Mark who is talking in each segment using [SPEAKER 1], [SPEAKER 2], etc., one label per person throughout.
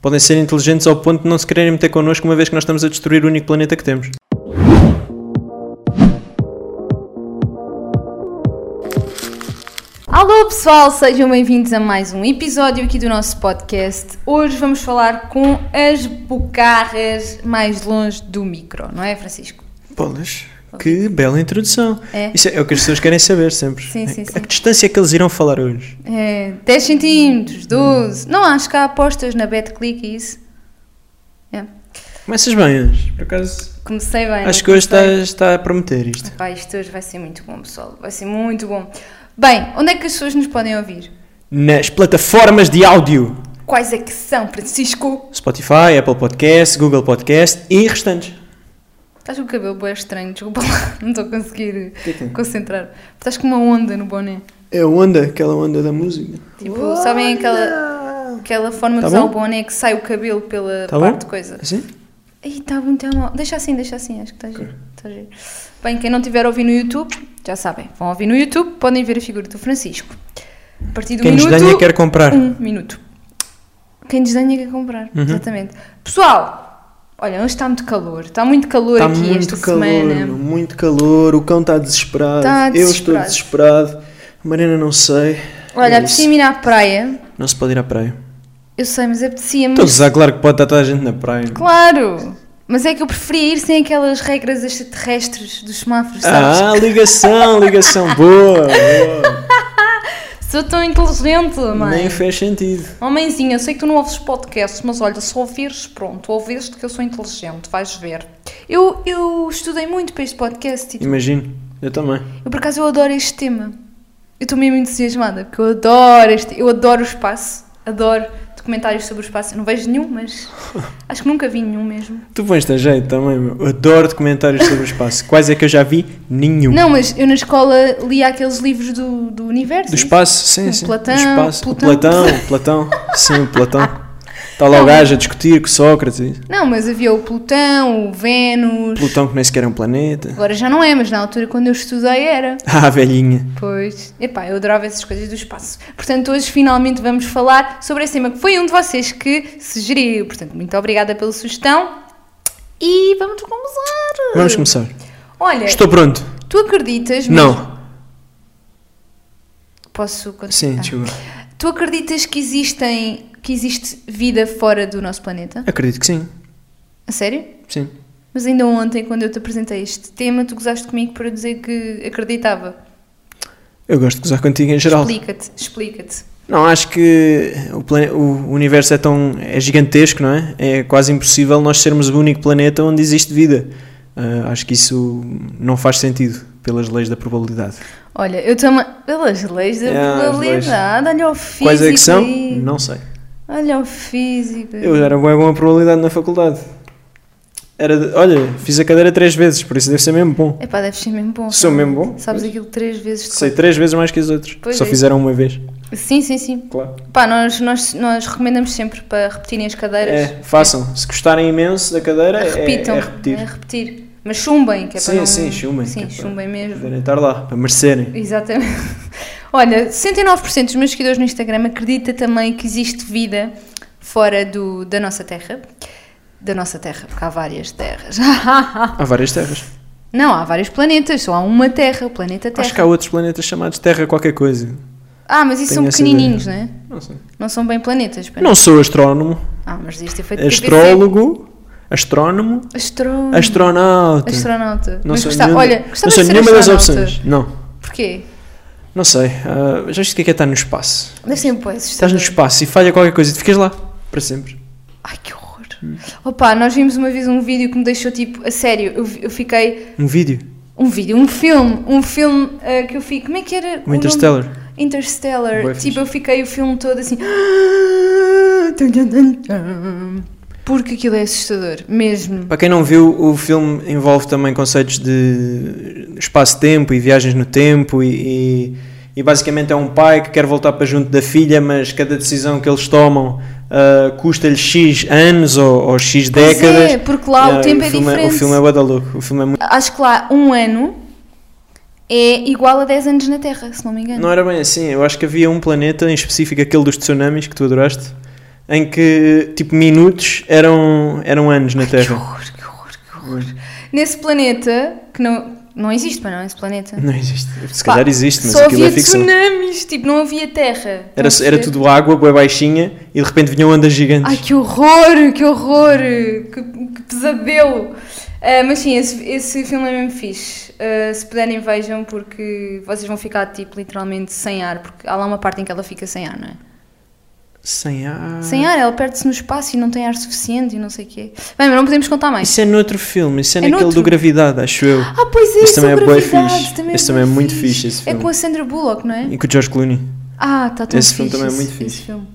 [SPEAKER 1] podem ser inteligentes ao ponto de não se quererem meter connosco, uma vez que nós estamos a destruir o único planeta que temos.
[SPEAKER 2] Alô pessoal, sejam bem-vindos a mais um episódio aqui do nosso podcast. Hoje vamos falar com as bocarras mais longe do micro, não é, Francisco?
[SPEAKER 1] Bolas, que bela introdução.
[SPEAKER 2] É.
[SPEAKER 1] Isso é, é o que as pessoas querem saber sempre.
[SPEAKER 2] Sim, sim,
[SPEAKER 1] A
[SPEAKER 2] sim.
[SPEAKER 1] que distância é que eles irão falar hoje?
[SPEAKER 2] É, 10 centímetros, 12. Não acho que há apostas na BetClick e isso. É,
[SPEAKER 1] Começas bem hoje, por acaso.
[SPEAKER 2] Comecei
[SPEAKER 1] Acho
[SPEAKER 2] bem. É, não
[SPEAKER 1] que hoje tá-
[SPEAKER 2] comecei?
[SPEAKER 1] está, está a prometer isto.
[SPEAKER 2] Pá, isto hoje vai ser muito bom, pessoal. Vai ser muito bom. Bem, onde é que as pessoas nos podem ouvir?
[SPEAKER 1] Nas plataformas de áudio:
[SPEAKER 2] Quais é que são, Francisco?
[SPEAKER 1] Spotify, Apple Podcast, Google Podcast e restantes.
[SPEAKER 2] Estás com o cabelo bem estranho, desculpa lá, não estou a conseguir concentrar. Estás com uma onda no boné.
[SPEAKER 1] É a onda, aquela onda da música.
[SPEAKER 2] Tipo, sabem aquela, aquela forma
[SPEAKER 1] Tá
[SPEAKER 2] de usar
[SPEAKER 1] bom?
[SPEAKER 2] o boné que sai o cabelo pela
[SPEAKER 1] Tá
[SPEAKER 2] parte
[SPEAKER 1] bom?
[SPEAKER 2] de coisa?
[SPEAKER 1] Assim?
[SPEAKER 2] Ih, está muito mal. Deixa assim, deixa assim, acho que está giro. Está giro. Bem, quem não tiver a ouvir no YouTube, já sabem, vão ouvir no YouTube, podem ver a figura do Francisco. A partir do
[SPEAKER 1] Quem nos
[SPEAKER 2] minuto...
[SPEAKER 1] danha quer comprar. Uhum.
[SPEAKER 2] Um minuto. Quem desdenha quer comprar, exatamente. Pessoal, olha, hoje está muito calor, está muito calor
[SPEAKER 1] Está
[SPEAKER 2] aqui
[SPEAKER 1] Tá muito
[SPEAKER 2] esta
[SPEAKER 1] calor,
[SPEAKER 2] semana.
[SPEAKER 1] muito calor, o cão está desesperado,
[SPEAKER 2] Tá
[SPEAKER 1] eu estou
[SPEAKER 2] desesperado.
[SPEAKER 1] desesperado, a Mariana não sei.
[SPEAKER 2] Olha,
[SPEAKER 1] É
[SPEAKER 2] apetecia-me ir à praia.
[SPEAKER 1] isso. Não se pode ir à praia.
[SPEAKER 2] Eu sei, mas apetecia-me.
[SPEAKER 1] Estou a gozar, claro que pode estar toda a gente na praia.
[SPEAKER 2] Claro! Mas é que eu preferia ir sem aquelas regras extraterrestres dos semáforos, sabes?
[SPEAKER 1] Ah, ligação, ligação, boa, boa.
[SPEAKER 2] Sou tão inteligente, mãe. Oh,
[SPEAKER 1] nem fez sentido.
[SPEAKER 2] Mãezinha, sei que tu não ouves podcasts, mas olha, se ouvires, pronto, ouviste que eu sou inteligente, vais ver. Eu, eu estudei muito para este podcast e
[SPEAKER 1] Imagino, eu também.
[SPEAKER 2] eu, por acaso eu adoro este tema. Eu estou mesmo entusiasmada, porque eu adoro este, eu adoro o espaço, adoro documentários sobre o espaço. Eu não vejo nenhum, mas acho que nunca vi nenhum mesmo.
[SPEAKER 1] Tu pões-te a jeito também, meu. Adoro documentários sobre o espaço. Quais é que eu já vi? Nenhum.
[SPEAKER 2] Não, mas eu na escola li aqueles livros do, do universo.
[SPEAKER 1] Do espaço, sim,
[SPEAKER 2] O
[SPEAKER 1] sim.
[SPEAKER 2] Platão,
[SPEAKER 1] do espaço. O
[SPEAKER 2] Plutão.
[SPEAKER 1] Platão, o Platão, sim, o Platão. Está lá
[SPEAKER 2] Não.
[SPEAKER 1] o gajo a discutir com Sócrates. e-
[SPEAKER 2] Não, mas havia o Plutão, o Vênus.
[SPEAKER 1] Plutão que nem sequer é um planeta.
[SPEAKER 2] Agora já não é, mas na altura quando eu estudei era.
[SPEAKER 1] Ah, velhinha.
[SPEAKER 2] Pois, epá, eu adorava essas coisas do espaço. Portanto, hoje finalmente vamos falar sobre esse tema que foi um de vocês que sugeriu. Portanto, muito obrigada pela sugestão e vamos começar.
[SPEAKER 1] Vamos começar.
[SPEAKER 2] Olha,
[SPEAKER 1] Estou pronto.
[SPEAKER 2] tu acreditas mesmo-
[SPEAKER 1] Não.
[SPEAKER 2] Posso continuar?
[SPEAKER 1] Sim, desculpa.
[SPEAKER 2] Tu acreditas que existem que existe vida fora do nosso planeta?
[SPEAKER 1] Acredito que sim.
[SPEAKER 2] A sério?
[SPEAKER 1] Sim.
[SPEAKER 2] Mas ainda ontem, quando eu te apresentei este tema, tu gozaste comigo para dizer que acreditava.
[SPEAKER 1] Eu gosto de gozar contigo em geral.
[SPEAKER 2] Explica-te, explica-te.
[SPEAKER 1] Não, acho que o, plane- o universo é tão é gigantesco, não é? É quase impossível nós sermos o único planeta onde existe vida. Ah, acho que isso não faz sentido pelas leis da probabilidade.
[SPEAKER 2] Olha, eu também. Pelas leis da
[SPEAKER 1] É, as
[SPEAKER 2] probabilidade, olha o físico.
[SPEAKER 1] Quais é que são?
[SPEAKER 2] aí.
[SPEAKER 1] Não sei.
[SPEAKER 2] Olha o físico.
[SPEAKER 1] Eu já era bom bom a probabilidade na faculdade. Era de- olha, fiz a cadeira três vezes, por isso deve ser mesmo bom.
[SPEAKER 2] Epá, deve ser mesmo bom.
[SPEAKER 1] Sou
[SPEAKER 2] realmente.
[SPEAKER 1] mesmo bom,
[SPEAKER 2] Sabes
[SPEAKER 1] pois.
[SPEAKER 2] aquilo três vezes de
[SPEAKER 1] Sei três vezes mais que os outros.
[SPEAKER 2] Pois
[SPEAKER 1] Só
[SPEAKER 2] é.
[SPEAKER 1] fizeram uma vez.
[SPEAKER 2] cor. Sim, sim, sim.
[SPEAKER 1] Claro.
[SPEAKER 2] Pá, nós, nós, nós recomendamos sempre para repetirem as cadeiras.
[SPEAKER 1] É, façam. Se gostarem imenso da cadeira, é,
[SPEAKER 2] Repitam.
[SPEAKER 1] é repetir.
[SPEAKER 2] É repetir. Mas chumbem, que é
[SPEAKER 1] Sim,
[SPEAKER 2] para não...
[SPEAKER 1] sim, chumbem, que
[SPEAKER 2] Sim,
[SPEAKER 1] é para-
[SPEAKER 2] chumbem mesmo.
[SPEAKER 1] Poderem estar lá, para merecerem.
[SPEAKER 2] Exatamente. Olha, 69% dos meus seguidores no Instagram acredita também que existe vida fora do, da nossa terra. Da nossa terra, porque há várias terras. Ah.
[SPEAKER 1] Há várias terras.
[SPEAKER 2] Não, há vários planetas, só há uma terra, o planeta Terra.
[SPEAKER 1] Acho que há outros planetas chamados Terra qualquer coisa.
[SPEAKER 2] Ah, mas isso são
[SPEAKER 1] Tenho essa
[SPEAKER 2] pequenininhos, não é?
[SPEAKER 1] Não sei.
[SPEAKER 2] Não são bem planetas. pera.
[SPEAKER 1] Não sou astrónomo,
[SPEAKER 2] Ah, mas isto é feito TPC.
[SPEAKER 1] astrólogo, astrónomo,
[SPEAKER 2] Astró...
[SPEAKER 1] astronauta.
[SPEAKER 2] Astronauta.
[SPEAKER 1] Não
[SPEAKER 2] Hum. mas
[SPEAKER 1] sou
[SPEAKER 2] gostava,
[SPEAKER 1] nenhum-
[SPEAKER 2] olha,
[SPEAKER 1] não
[SPEAKER 2] gostava
[SPEAKER 1] sou
[SPEAKER 2] de ser
[SPEAKER 1] nenhuma das
[SPEAKER 2] astronauta.
[SPEAKER 1] opções. Não,
[SPEAKER 2] Porquê?
[SPEAKER 1] não sei. Ah, já viste o que é, que é estar no espaço?
[SPEAKER 2] Deixem-me pois.
[SPEAKER 1] Estás no espaço e falha qualquer coisa e tu ficas lá para sempre.
[SPEAKER 2] Ai, que horror.
[SPEAKER 1] Hum.
[SPEAKER 2] Opa, nós vimos uma vez um vídeo que me deixou tipo, a sério, eu, vi- eu fiquei.
[SPEAKER 1] Um vídeo,
[SPEAKER 2] Um vídeo, um filme, um filme ah, que eu fiquei. Como é que era?
[SPEAKER 1] um
[SPEAKER 2] o nome?
[SPEAKER 1] Interstellar.
[SPEAKER 2] Interstellar.
[SPEAKER 1] Bué
[SPEAKER 2] tipo,
[SPEAKER 1] fixe.
[SPEAKER 2] eu fiquei o filme todo assim. Porque aquilo é assustador, mesmo.
[SPEAKER 1] Para quem não viu, o filme envolve também conceitos de espaço-tempo e viagens no tempo e, e- e basicamente é um pai que quer voltar para junto da filha, mas cada decisão que eles tomam ah, custa-lhe X anos ou, ou X
[SPEAKER 2] Pois
[SPEAKER 1] décadas.
[SPEAKER 2] é, porque lá o
[SPEAKER 1] Yeah,
[SPEAKER 2] tempo é
[SPEAKER 1] filme
[SPEAKER 2] diferente.
[SPEAKER 1] O filme é bada louco. O filme é muito...
[SPEAKER 2] Acho que lá um ano é igual a 10 anos na
[SPEAKER 1] é
[SPEAKER 2] Terra, se não me engano.
[SPEAKER 1] Não era bem assim, eu acho que havia um planeta em específico, aquele dos tsunamis que tu adoraste, em que tipo minutos eram, eram anos na
[SPEAKER 2] Que
[SPEAKER 1] Terra.
[SPEAKER 2] horror, que horror, que horror. Nesse planeta, que não, não existe, mas não, é esse planeta.
[SPEAKER 1] Não existe. Se
[SPEAKER 2] Pá,
[SPEAKER 1] calhar existe, mas
[SPEAKER 2] Só
[SPEAKER 1] aquilo
[SPEAKER 2] havia
[SPEAKER 1] é ficção.
[SPEAKER 2] tsunamis, tipo, não havia terra.
[SPEAKER 1] Era,
[SPEAKER 2] Estão a
[SPEAKER 1] era
[SPEAKER 2] perceber?
[SPEAKER 1] tudo água, bué baixinha, e de repente vinham ondas gigantes.
[SPEAKER 2] é. Ai, que horror, que horror, que, que pesadelo. Ah, mas sim, esse, esse filme é mesmo fixe. Ah, se puderem, vejam, porque vocês vão ficar, tipo, literalmente sem ar, porque há lá uma parte em que ela fica sem ar, não é?
[SPEAKER 1] Sem ar.
[SPEAKER 2] Sem ar, ela perde-se no espaço e não tem ar suficiente e não sei o quê. Bem, mas não podemos contar mais.
[SPEAKER 1] Isso é noutro filme, isso é,
[SPEAKER 2] É
[SPEAKER 1] naquele
[SPEAKER 2] noutro?
[SPEAKER 1] do Gravidade, acho eu.
[SPEAKER 2] Ah, pois é,
[SPEAKER 1] Esse também
[SPEAKER 2] sobre
[SPEAKER 1] é bué
[SPEAKER 2] gravidade,
[SPEAKER 1] fixe.
[SPEAKER 2] também
[SPEAKER 1] Esse
[SPEAKER 2] bué
[SPEAKER 1] também é muito fixe, esse
[SPEAKER 2] É
[SPEAKER 1] filme.
[SPEAKER 2] com a Sandra Bullock, não é?
[SPEAKER 1] E com o George Clooney.
[SPEAKER 2] Ah, está tão
[SPEAKER 1] Esse
[SPEAKER 2] fixe.
[SPEAKER 1] filme também é muito
[SPEAKER 2] esse-
[SPEAKER 1] fixe.
[SPEAKER 2] Esse filme.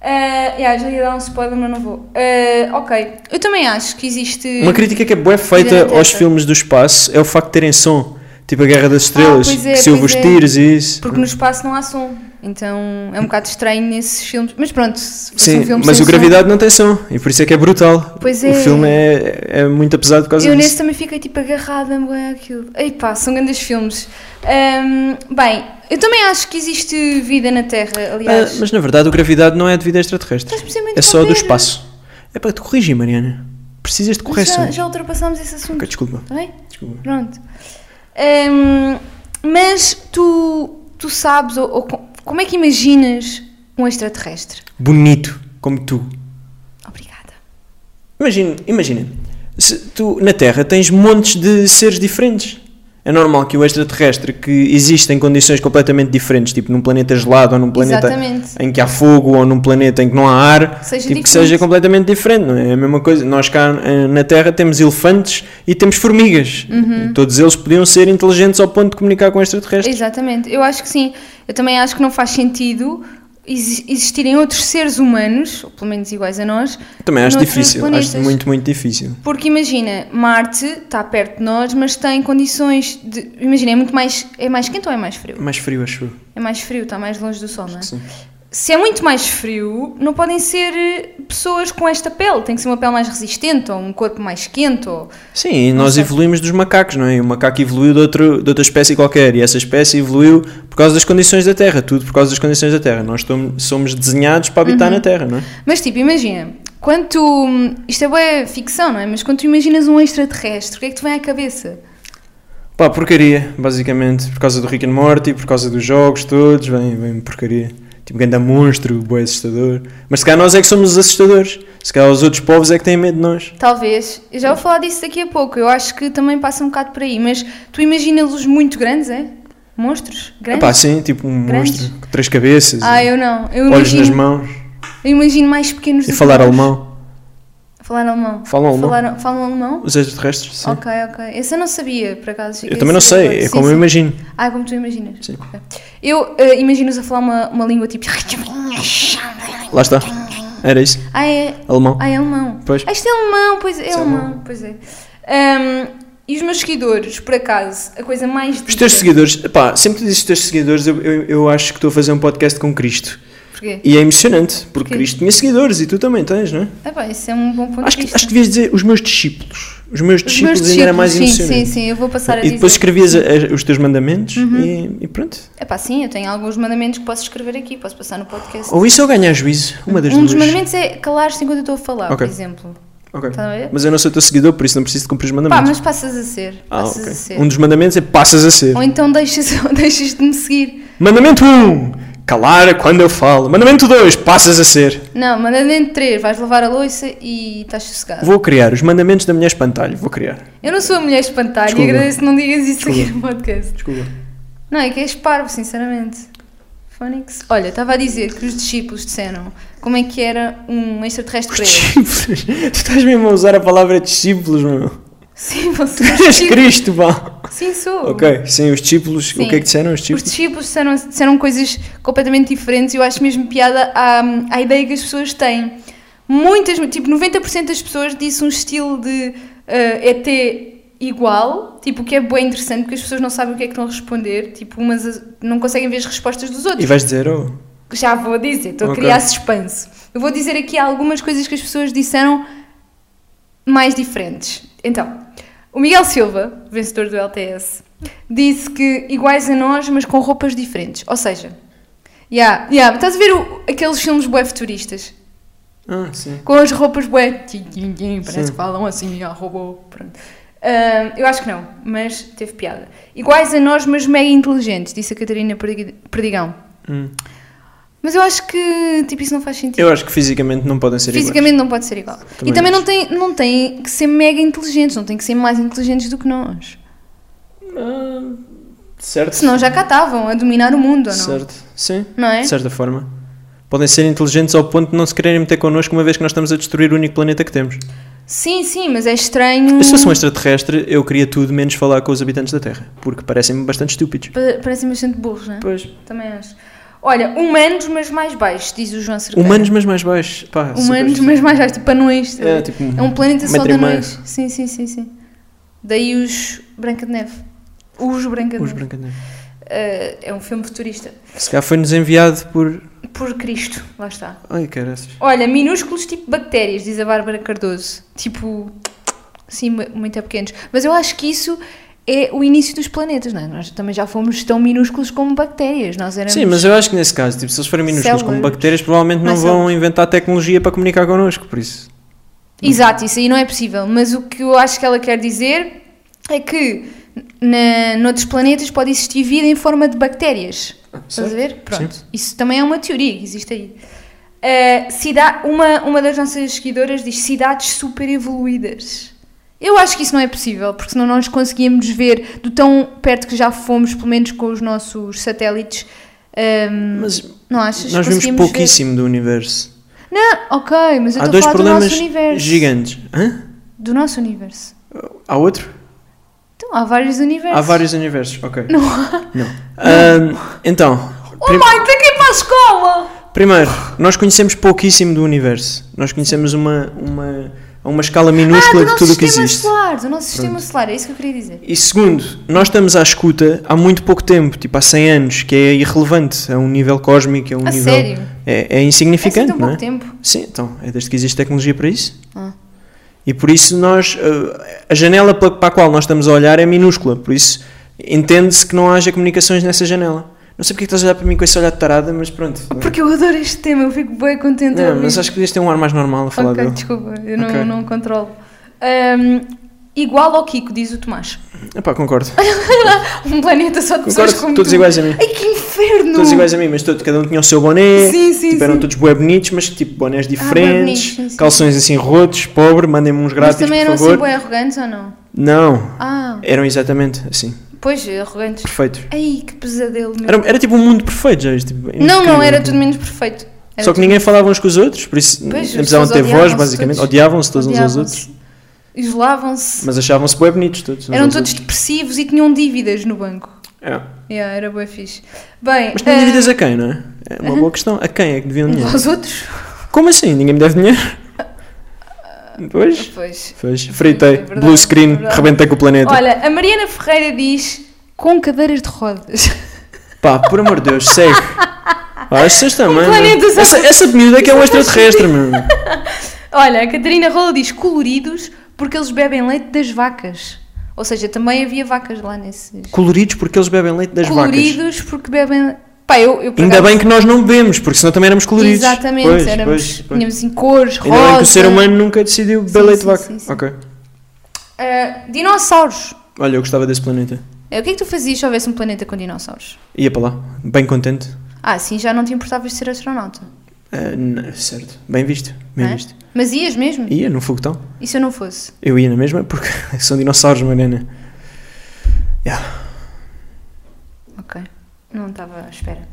[SPEAKER 2] Ah, yeah, já ia dar um spoiler, mas não vou. Ah, ok, eu também acho que existe.
[SPEAKER 1] Uma crítica que é bué feita
[SPEAKER 2] Identifica.
[SPEAKER 1] aos filmes do espaço é o facto de terem som. Tipo a Guerra das Estrelas,
[SPEAKER 2] pois é,
[SPEAKER 1] que se ouve
[SPEAKER 2] pois
[SPEAKER 1] os
[SPEAKER 2] é.
[SPEAKER 1] tiros e isso.
[SPEAKER 2] Porque no espaço não há som. Então é um bocado estranho nesses filmes. Mas pronto, se fosse
[SPEAKER 1] Sim,
[SPEAKER 2] um filme
[SPEAKER 1] mas
[SPEAKER 2] sem
[SPEAKER 1] o Gravidade não tem som, e por isso é que é brutal.
[SPEAKER 2] Pois
[SPEAKER 1] O
[SPEAKER 2] é.
[SPEAKER 1] filme é, é muito apesado por
[SPEAKER 2] som,
[SPEAKER 1] causa
[SPEAKER 2] Eu
[SPEAKER 1] disso.
[SPEAKER 2] nesse também fiquei tipo agarrada bué, àquilo. Ei pá, são grandes filmes. Ahm, bem, eu também acho que existe vida na Terra, aliás.
[SPEAKER 1] Ah, mas na verdade o Gravidade não é de vida extraterrestre.
[SPEAKER 2] Estás precisamente
[SPEAKER 1] É só do
[SPEAKER 2] romper.
[SPEAKER 1] espaço. É para te corrigir, Mariana. Precisas de correção.
[SPEAKER 2] Já, já ultrapassámos esse assunto.
[SPEAKER 1] Ok, desculpa.
[SPEAKER 2] Está bem?
[SPEAKER 1] desculpa.
[SPEAKER 2] Pronto. Hum, mas tu, tu sabes, ou, ou co- como é que imaginas um extraterrestre?
[SPEAKER 1] Bonito, como tu.
[SPEAKER 2] Obrigada.
[SPEAKER 1] Imagina, imagina. Se tu na Terra tens montes de seres diferentes. É normal que o extraterrestre que existe em condições completamente diferentes, tipo num planeta gelado ou num planeta
[SPEAKER 2] Exatamente.
[SPEAKER 1] em que há fogo ou num planeta em que não há ar,
[SPEAKER 2] Seja
[SPEAKER 1] tipo
[SPEAKER 2] diferente.
[SPEAKER 1] que seja completamente diferente, não é? É a mesma coisa. Nós cá eh, na Terra temos elefantes e temos formigas.
[SPEAKER 2] Uhum.
[SPEAKER 1] Todos eles podiam ser inteligentes ao ponto de comunicar com extraterrestres.
[SPEAKER 2] Exatamente, eu acho que sim. Eu também acho que não faz sentido exi- existirem outros seres humanos, ou pelo menos iguais a nós,
[SPEAKER 1] Também acho
[SPEAKER 2] noutros
[SPEAKER 1] difícil,
[SPEAKER 2] planetas.
[SPEAKER 1] acho muito, muito difícil.
[SPEAKER 2] Porque imagina, Marte está perto de nós, mas tem condições de. Imagina, é muito mais. É mais quente ou é mais frio?
[SPEAKER 1] Mais frio, acho eu.
[SPEAKER 2] É mais frio, está mais longe do sol, não é?
[SPEAKER 1] Sim.
[SPEAKER 2] Se é muito mais frio, não podem ser eh, pessoas com esta pele. Tem que ser uma pele mais resistente, ou um corpo mais quente, ou.
[SPEAKER 1] Sim, e nós
[SPEAKER 2] sei.
[SPEAKER 1] evoluímos dos macacos, não é? E o macaco evoluiu de, outro, de outra espécie qualquer e essa espécie evoluiu por causa das condições da Terra, tudo por causa das condições da Terra. Nós tom- somos desenhados para
[SPEAKER 2] Uhum.
[SPEAKER 1] habitar na Terra, não é?
[SPEAKER 2] Mas tipo, imagina, quando tu. Isto é boa ficção, não é? Mas quando tu imaginas um extraterrestre, o que é que te vem à cabeça?
[SPEAKER 1] Pá, porcaria, basicamente, por causa do Rick and Morty, por causa dos jogos todos, vem, vem porcaria. Tipo, ganda monstro, boi assustador. Mas se calhar nós é que somos os assustadores. Se calhar os outros povos é que têm medo de nós.
[SPEAKER 2] Talvez. Eu já vou falar disso daqui a pouco. Eu acho que também passa um bocado por aí. Mas tu imaginas-los muito grandes, é? Monstros? Grandes?
[SPEAKER 1] Pá, sim, tipo um
[SPEAKER 2] É? Grandes?
[SPEAKER 1] monstro com três cabeças,
[SPEAKER 2] ah,
[SPEAKER 1] e
[SPEAKER 2] eu não. Eu
[SPEAKER 1] olhos nas
[SPEAKER 2] imagino,
[SPEAKER 1] mãos
[SPEAKER 2] eu imagino mais pequenos
[SPEAKER 1] e
[SPEAKER 2] do
[SPEAKER 1] falar
[SPEAKER 2] que nós.
[SPEAKER 1] alemão.
[SPEAKER 2] Falar alemão.
[SPEAKER 1] Falam alemão?
[SPEAKER 2] Falaram- falam alemão?
[SPEAKER 1] Os extraterrestres, sim.
[SPEAKER 2] Ok, ok. Esse eu não sabia, por acaso.
[SPEAKER 1] Eu também não sei, é como eu imagino.
[SPEAKER 2] imagino. Ah, é como tu imaginas.
[SPEAKER 1] Sim.
[SPEAKER 2] Ok. Eu eh, imagino-os a falar uma, uma língua tipo.
[SPEAKER 1] Lá está. Era isso.
[SPEAKER 2] Ah, é.
[SPEAKER 1] Alemão.
[SPEAKER 2] Ah, é alemão.
[SPEAKER 1] Pois.
[SPEAKER 2] Ah, isto é alemão, pois é, é
[SPEAKER 1] Isso é
[SPEAKER 2] alemão.
[SPEAKER 1] alemão.
[SPEAKER 2] Pois é. Ahm, e os meus seguidores, por acaso, a coisa mais.
[SPEAKER 1] Os
[SPEAKER 2] dita-
[SPEAKER 1] teus seguidores, pá, sempre que dizes os teus seguidores, eu, eu, eu acho que estou a fazer um podcast com Cristo.
[SPEAKER 2] Porquê?
[SPEAKER 1] E é emocionante, porque
[SPEAKER 2] Porquê?
[SPEAKER 1] Cristo tinha seguidores e tu também tens, não é?
[SPEAKER 2] Ah, pá, isso é um bom ponto
[SPEAKER 1] Acho
[SPEAKER 2] de
[SPEAKER 1] que,
[SPEAKER 2] vista.
[SPEAKER 1] acho que devias dizer os meus discípulos. Os meus
[SPEAKER 2] Os
[SPEAKER 1] discípulos
[SPEAKER 2] meus
[SPEAKER 1] ainda era mais
[SPEAKER 2] discípulos, sim, sim,
[SPEAKER 1] emocionante.
[SPEAKER 2] sim, eu vou passar a
[SPEAKER 1] E
[SPEAKER 2] dizer. Uhum.
[SPEAKER 1] depois escrevias a- a- os teus mandamentos e, e pronto.
[SPEAKER 2] É pá, sim, eu tenho alguns mandamentos que posso escrever aqui, posso passar no podcast.
[SPEAKER 1] Ou isso ou ganhar juízo, uma das
[SPEAKER 2] um
[SPEAKER 1] duas.
[SPEAKER 2] dos mandamentos é calar-se enquanto eu estou a falar,
[SPEAKER 1] Ok.
[SPEAKER 2] por exemplo.
[SPEAKER 1] Ok.
[SPEAKER 2] Estás a ver?
[SPEAKER 1] Mas eu não sou teu seguidor, por isso não preciso de cumprir os
[SPEAKER 2] Pá,
[SPEAKER 1] mandamentos.
[SPEAKER 2] mas passas a ser.
[SPEAKER 1] ah,
[SPEAKER 2] Passas
[SPEAKER 1] ok.
[SPEAKER 2] a ser.
[SPEAKER 1] Um dos mandamentos é passas a ser.
[SPEAKER 2] Ou então deixas, deixas de me seguir.
[SPEAKER 1] Mandamento 1, um, calar quando eu falo. Mandamento 2, passas a ser.
[SPEAKER 2] Não, manda dentro de três, vais lavar a louça e estás sossegado.
[SPEAKER 1] Vou criar os mandamentos da minha espantalho, vou criar.
[SPEAKER 2] Eu não sou a mulher espantalha e
[SPEAKER 1] Desculpa.
[SPEAKER 2] agradeço que não digas isso aqui no
[SPEAKER 1] Desculpa.
[SPEAKER 2] podcast.
[SPEAKER 1] Desculpa.
[SPEAKER 2] Não, é que és parvo, sinceramente. Fónix. Olha, estava a dizer que os discípulos disseram como é que era um extraterrestre para eles.
[SPEAKER 1] Discípulos. Tu estás mesmo a usar a palavra discípulos, meu.
[SPEAKER 2] Sim, você
[SPEAKER 1] Tu és Cristo, pá.
[SPEAKER 2] Sim, sou.
[SPEAKER 1] Ok, sim, os discípulos.
[SPEAKER 2] Sim.
[SPEAKER 1] O que é que disseram os
[SPEAKER 2] Os
[SPEAKER 1] discípulos?
[SPEAKER 2] discípulos disseram, disseram coisas completamente diferentes e eu acho mesmo piada à, à ideia que as pessoas têm. Muitas, tipo 90% das pessoas disse um estilo de eh, ET igual, tipo, o que é bem interessante porque as pessoas não sabem o que é que vão responder, tipo, umas a- não conseguem ver as respostas dos
[SPEAKER 1] E
[SPEAKER 2] outros.
[SPEAKER 1] vais dizer, oh,
[SPEAKER 2] Já vou dizer, estou
[SPEAKER 1] Ok.
[SPEAKER 2] a criar suspense. Eu vou dizer aqui algumas coisas que as pessoas disseram mais diferentes. Então, o Miguel Silva, vencedor do LTS, disse que iguais a nós, mas com roupas diferentes. Ou seja, yeah, yeah, estás a ver o- aqueles filmes bué futuristas?
[SPEAKER 1] Ah, sim.
[SPEAKER 2] Com as roupas bué, tim, tim, tim, parece
[SPEAKER 1] Sim.
[SPEAKER 2] que falam assim, ah, robô, pronto. Ah, eu acho que não, mas teve piada. Iguais a nós, mas mega inteligentes, disse a Catarina Perdi- Perdigão.
[SPEAKER 1] Hum.
[SPEAKER 2] Mas eu acho que, tipo, isso não faz sentido.
[SPEAKER 1] Eu acho que fisicamente não podem ser
[SPEAKER 2] Fisicamente não pode ser igual.
[SPEAKER 1] Também
[SPEAKER 2] e também
[SPEAKER 1] acho.
[SPEAKER 2] não tem, não tem que ser mega inteligentes, não tem que ser mais inteligentes do que nós.
[SPEAKER 1] iguais. Ah, certo.
[SPEAKER 2] Senão já cá estavam a dominar o mundo, ou não?
[SPEAKER 1] Certo. Sim.
[SPEAKER 2] Não é?
[SPEAKER 1] De certa forma. Podem ser inteligentes ao ponto de não se quererem meter connosco, uma vez que nós estamos a destruir o único planeta que temos.
[SPEAKER 2] Sim, sim, mas é estranho.
[SPEAKER 1] Eu, Se fosse um extraterrestre, eu queria tudo menos falar com os habitantes da Terra, porque parecem-me bastante estúpidos.
[SPEAKER 2] Pa- Parecem bastante burros, não é?
[SPEAKER 1] Pois.
[SPEAKER 2] Também acho. Olha, humanos, mas mais baixos, diz o João Cerqueira.
[SPEAKER 1] Humanos, mas mais baixos. Pá,
[SPEAKER 2] é Humanos,
[SPEAKER 1] super.
[SPEAKER 2] mas mais baixos, tipo anões. sabe?
[SPEAKER 1] É, tipo,
[SPEAKER 2] É um planeta
[SPEAKER 1] um
[SPEAKER 2] só
[SPEAKER 1] metro
[SPEAKER 2] de
[SPEAKER 1] e meio.
[SPEAKER 2] anões. Sim, sim, sim, sim. Daí os Branca de Neve. Os Branca de
[SPEAKER 1] Os
[SPEAKER 2] Neve.
[SPEAKER 1] Branca de Neve.
[SPEAKER 2] Eh, é um filme futurista.
[SPEAKER 1] Se calhar foi-nos enviado por.
[SPEAKER 2] Por Cristo, lá está.
[SPEAKER 1] Ai, caraças.
[SPEAKER 2] Olha, minúsculos tipo bactérias, diz a Bárbara Cardoso. Tipo, sim, mu- muito pequenos. Mas eu acho que isso é o início dos planetas, não é? Nós também já fomos tão minúsculos como bactérias. Nós éramos...
[SPEAKER 1] Sim, mas eu acho que nesse caso, tipo, se eles forem minúsculos como
[SPEAKER 2] Células.
[SPEAKER 1] bactérias, provavelmente não
[SPEAKER 2] Não é
[SPEAKER 1] vão inventar tecnologia para comunicar connosco, por isso.
[SPEAKER 2] Exato, isso aí não é possível. Mas o que eu acho que ela quer dizer é que na, noutros planetas pode existir vida em forma de bactérias. Estás a ver? Pronto. Isso também é uma teoria que existe aí. Ah, cida- uma, uma das nossas seguidoras diz cidades super evoluídas. Eu acho que isso não é possível, porque senão nós conseguíamos ver do tão perto que já fomos, pelo menos com os nossos satélites. Ahm,
[SPEAKER 1] Mas
[SPEAKER 2] não achas?
[SPEAKER 1] nós vimos
[SPEAKER 2] Conseguíamos ver.
[SPEAKER 1] pouquíssimo do universo.
[SPEAKER 2] Não, ok, mas eu
[SPEAKER 1] Há
[SPEAKER 2] estou a
[SPEAKER 1] dois
[SPEAKER 2] falar do
[SPEAKER 1] problemas
[SPEAKER 2] nosso universo.
[SPEAKER 1] gigantes. Hã?
[SPEAKER 2] Do nosso universo.
[SPEAKER 1] Há outro?
[SPEAKER 2] Então, há vários universos.
[SPEAKER 1] Há vários universos, ok.
[SPEAKER 2] Não há.
[SPEAKER 1] Não. Ahm, então,
[SPEAKER 2] Oh
[SPEAKER 1] prim-
[SPEAKER 2] mãe, tem que ir para a escola!
[SPEAKER 1] primeiro, nós conhecemos pouquíssimo do universo. Nós conhecemos uma, uma, uma escala
[SPEAKER 2] Ah, do
[SPEAKER 1] minúscula de
[SPEAKER 2] nosso
[SPEAKER 1] tudo o que
[SPEAKER 2] sistema
[SPEAKER 1] existe.
[SPEAKER 2] solar, do nosso sistema solar, é isso que eu queria dizer.
[SPEAKER 1] E segundo, nós estamos à escuta há muito pouco tempo, tipo há 100 anos, que é irrelevante a um nível cósmico, a um
[SPEAKER 2] A
[SPEAKER 1] nível.
[SPEAKER 2] sério?
[SPEAKER 1] É, é
[SPEAKER 2] é assim
[SPEAKER 1] insignificante,
[SPEAKER 2] tão
[SPEAKER 1] não é?
[SPEAKER 2] pouco tempo.
[SPEAKER 1] Sim, então, é desde que existe tecnologia para isso.
[SPEAKER 2] Ah.
[SPEAKER 1] E por isso nós. eh, A janela pa- para a qual nós estamos a olhar é minúscula, por isso entende-se que não haja comunicações nessa janela. Não sei porque é que estás a olhar para mim com esse olhar de tarada, mas pronto.
[SPEAKER 2] Porque eu adoro este tema, eu fico bem contente.
[SPEAKER 1] Não,
[SPEAKER 2] ao
[SPEAKER 1] mas
[SPEAKER 2] ouvir.
[SPEAKER 1] acho que podias ter um ar mais normal a falar
[SPEAKER 2] Ok,
[SPEAKER 1] dele.
[SPEAKER 2] desculpa, eu não,
[SPEAKER 1] Ok.
[SPEAKER 2] não controlo. Ahm, igual ao Kiko, diz o Tomás.
[SPEAKER 1] Epá, concordo.
[SPEAKER 2] Um planeta só de pessoas
[SPEAKER 1] Concordo,
[SPEAKER 2] como
[SPEAKER 1] todos
[SPEAKER 2] tu.
[SPEAKER 1] iguais a mim.
[SPEAKER 2] Ai que inferno!
[SPEAKER 1] Todos iguais a mim, mas todo- cada um tinha o seu boné.
[SPEAKER 2] Sim, sim,
[SPEAKER 1] tipo, eram
[SPEAKER 2] sim. Ah,
[SPEAKER 1] todos bué bonitos, mas tipo bonés
[SPEAKER 2] bué
[SPEAKER 1] diferentes,
[SPEAKER 2] bonitos, sim, sim.
[SPEAKER 1] calções assim rotos, pobre, mandem-me uns grátis,
[SPEAKER 2] Mas também
[SPEAKER 1] por
[SPEAKER 2] eram
[SPEAKER 1] favor.
[SPEAKER 2] assim bem arrogantes ou não?
[SPEAKER 1] Não,
[SPEAKER 2] Ah,
[SPEAKER 1] eram exatamente assim,
[SPEAKER 2] pois, arrogantes.
[SPEAKER 1] perfeitos.
[SPEAKER 2] Ai, que pesadelo meu.
[SPEAKER 1] Era, era tipo um mundo perfeito, já viste? Tipo,
[SPEAKER 2] Não, não,
[SPEAKER 1] incrível.
[SPEAKER 2] era tudo menos perfeito. Era
[SPEAKER 1] Só que
[SPEAKER 2] tudo
[SPEAKER 1] ninguém falava uns com os outros, por isso
[SPEAKER 2] Pois, as
[SPEAKER 1] nem precisavam
[SPEAKER 2] pessoas
[SPEAKER 1] ter voz,
[SPEAKER 2] odiavam-se
[SPEAKER 1] basicamente.
[SPEAKER 2] todos.
[SPEAKER 1] Odiavam-se todos uns aos
[SPEAKER 2] Odiavam-se,
[SPEAKER 1] outros,
[SPEAKER 2] Isolavam-se.
[SPEAKER 1] mas achavam-se bem bonitos todos. uns
[SPEAKER 2] Eram
[SPEAKER 1] aos
[SPEAKER 2] todos
[SPEAKER 1] outros.
[SPEAKER 2] depressivos e tinham dívidas no banco.
[SPEAKER 1] É.
[SPEAKER 2] Yeah, era boa fixe. Bem,
[SPEAKER 1] Mas tinham
[SPEAKER 2] ah,
[SPEAKER 1] dívidas a quem, não é? É uma boa questão. A quem é que deviam
[SPEAKER 2] uns
[SPEAKER 1] dinheiro?
[SPEAKER 2] aos outros?
[SPEAKER 1] Como assim? Ninguém me deve dinheiro? Pois,
[SPEAKER 2] Pois.
[SPEAKER 1] pois. Fritei,
[SPEAKER 2] É verdade,
[SPEAKER 1] blue
[SPEAKER 2] é
[SPEAKER 1] screen,
[SPEAKER 2] verdade.
[SPEAKER 1] rebentei com o planeta.
[SPEAKER 2] Olha, a Mariana Ferreira diz com cadeiras de rodas.
[SPEAKER 1] Pá, por amor de Deus, segue. Pá, vocês também.
[SPEAKER 2] Um planeta
[SPEAKER 1] meu.
[SPEAKER 2] só-
[SPEAKER 1] Essa, essa miúda é que é um extraterrestre, meu.
[SPEAKER 2] Olha, a Catarina Rola diz coloridos porque eles bebem leite das vacas. Ou seja, também havia vacas lá nesses.
[SPEAKER 1] Coloridos porque eles bebem leite das vacas.
[SPEAKER 2] coloridos porque bebem. Pá, eu, eu por
[SPEAKER 1] Ainda
[SPEAKER 2] acaso-
[SPEAKER 1] bem que nós não bebemos, porque senão também éramos coloridos.
[SPEAKER 2] Exatamente,
[SPEAKER 1] Pois,
[SPEAKER 2] éramos,
[SPEAKER 1] pois, pois.
[SPEAKER 2] tínhamos assim cores,
[SPEAKER 1] Ainda
[SPEAKER 2] rosa.
[SPEAKER 1] bem que o ser humano nunca decidiu beber
[SPEAKER 2] Sim,
[SPEAKER 1] leite de
[SPEAKER 2] sim,
[SPEAKER 1] vaca.
[SPEAKER 2] sim, sim.
[SPEAKER 1] Ok.
[SPEAKER 2] Ah, dinossauros.
[SPEAKER 1] Olha, eu gostava desse planeta.
[SPEAKER 2] É, O que é que tu fazias se houvesse um planeta com dinossauros?
[SPEAKER 1] Ia para lá, bem contente.
[SPEAKER 2] Ah, sim, já não te importavas de ser astronauta.
[SPEAKER 1] Ah, não, certo, bem visto, bem
[SPEAKER 2] não é?
[SPEAKER 1] visto.
[SPEAKER 2] Mas ias mesmo?
[SPEAKER 1] Ia num foguetão.
[SPEAKER 2] E se eu não fosse?
[SPEAKER 1] Eu ia na mesma porque são dinossauros, né? Mariana.
[SPEAKER 2] Ok. Não estava à espera.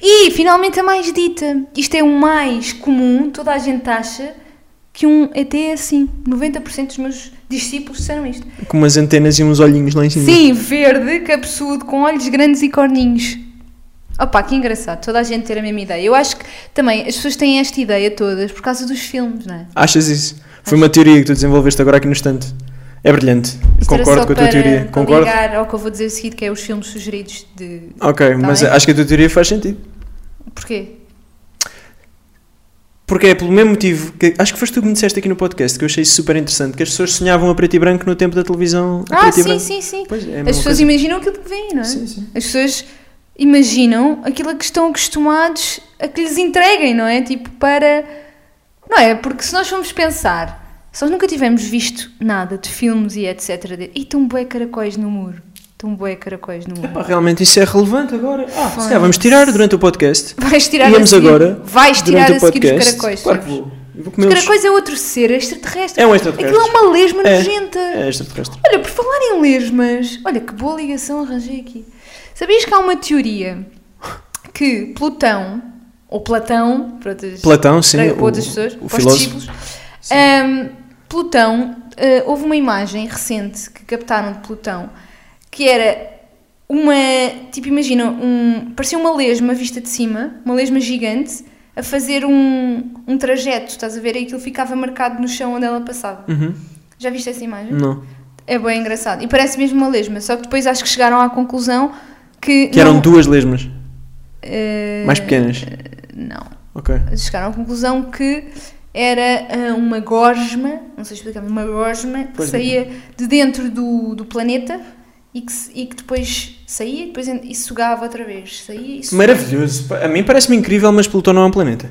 [SPEAKER 2] E finalmente a mais dita. Isto é o mais comum, toda a gente acha que um ET é assim. 90% dos meus discípulos disseram isto.
[SPEAKER 1] Com umas antenas e uns olhinhos lá em cima.
[SPEAKER 2] Sim, verde, cabeçudo, com olhos grandes e corninhos. Opa, que engraçado, toda a gente ter a mesma ideia. Eu acho que também as pessoas têm esta ideia todas por causa dos filmes, não é?
[SPEAKER 1] Achas isso? Foi uma teoria que tu desenvolveste agora aqui no instante. É brilhante.
[SPEAKER 2] Isto era
[SPEAKER 1] Concordo
[SPEAKER 2] só
[SPEAKER 1] com a tua
[SPEAKER 2] para-
[SPEAKER 1] teoria.
[SPEAKER 2] para
[SPEAKER 1] Concordo? Ah,
[SPEAKER 2] ligar ao que eu vou dizer a seguir, que é os filmes sugeridos de...
[SPEAKER 1] Ok, mas
[SPEAKER 2] bem.
[SPEAKER 1] acho que a tua teoria faz sentido.
[SPEAKER 2] Porquê?
[SPEAKER 1] Porque é pelo mesmo motivo que. Acho que foste tu que me disseste aqui no podcast que eu achei super interessante, que as pessoas sonhavam a preto e branco no tempo da televisão. a
[SPEAKER 2] Ah,
[SPEAKER 1] preto e
[SPEAKER 2] sim,
[SPEAKER 1] branco.
[SPEAKER 2] sim, sim.
[SPEAKER 1] Pois é, a mesma
[SPEAKER 2] As pessoas
[SPEAKER 1] coisa.
[SPEAKER 2] imaginam aquilo que vêm, não é?
[SPEAKER 1] Sim, sim.
[SPEAKER 2] As pessoas imaginam aquilo a que estão acostumados a que lhes entreguem, não é? Tipo, para Não é? Porque se nós formos pensar, se nós nunca tivermos visto nada de filmes e etc. De... E tão bué caracóis no muro. Tão bué caracóis no muro.
[SPEAKER 1] Pá, realmente isso é relevante agora. Ah, se calhar vamos tirar durante o podcast.
[SPEAKER 2] Vais tirar
[SPEAKER 1] Íamos
[SPEAKER 2] a seguir,
[SPEAKER 1] agora,
[SPEAKER 2] Vais tirar
[SPEAKER 1] durante
[SPEAKER 2] a
[SPEAKER 1] o
[SPEAKER 2] seguir
[SPEAKER 1] podcast.
[SPEAKER 2] os caracóis.
[SPEAKER 1] Claro que
[SPEAKER 2] sabes?
[SPEAKER 1] vou. Vou
[SPEAKER 2] Os
[SPEAKER 1] comê-los.
[SPEAKER 2] caracóis é outro ser, é extraterrestre.
[SPEAKER 1] É um extraterrestre.
[SPEAKER 2] Aquilo é uma lesma
[SPEAKER 1] É,
[SPEAKER 2] nojenta.
[SPEAKER 1] É extraterrestre.
[SPEAKER 2] Olha, por falar em lesmas, olha que boa ligação arranjei aqui. Sabias que há uma teoria que Plutão, ou Platão, para outras,
[SPEAKER 1] Platão, sim.
[SPEAKER 2] para, para
[SPEAKER 1] o-
[SPEAKER 2] outras pessoas,
[SPEAKER 1] o
[SPEAKER 2] para os
[SPEAKER 1] filósofo.
[SPEAKER 2] discípulos, ahm, Plutão, ah, houve uma imagem recente que captaram de Plutão que era uma, tipo, imagina, um, parecia uma lesma vista de cima, uma lesma gigante, a fazer um, um trajeto, estás a ver? E aquilo ficava marcado no chão onde ela passava.
[SPEAKER 1] Uhum.
[SPEAKER 2] Já viste essa imagem?
[SPEAKER 1] Não.
[SPEAKER 2] É bem engraçado. E parece mesmo uma lesma, só que depois acho que chegaram à conclusão que.
[SPEAKER 1] Que eram duas lesmas.
[SPEAKER 2] Eh,
[SPEAKER 1] Mais pequenas.
[SPEAKER 2] Não.
[SPEAKER 1] Ok.
[SPEAKER 2] Chegaram à conclusão que era ah, uma gosma, não sei explicar, mas uma gosma que
[SPEAKER 1] Pois é.
[SPEAKER 2] saía de dentro do, do planeta e que, se- e que depois saía e depois en- e sugava outra vez. Saía e sugava.
[SPEAKER 1] Maravilhoso. A mim parece-me incrível, mas Plutão não é um planeta.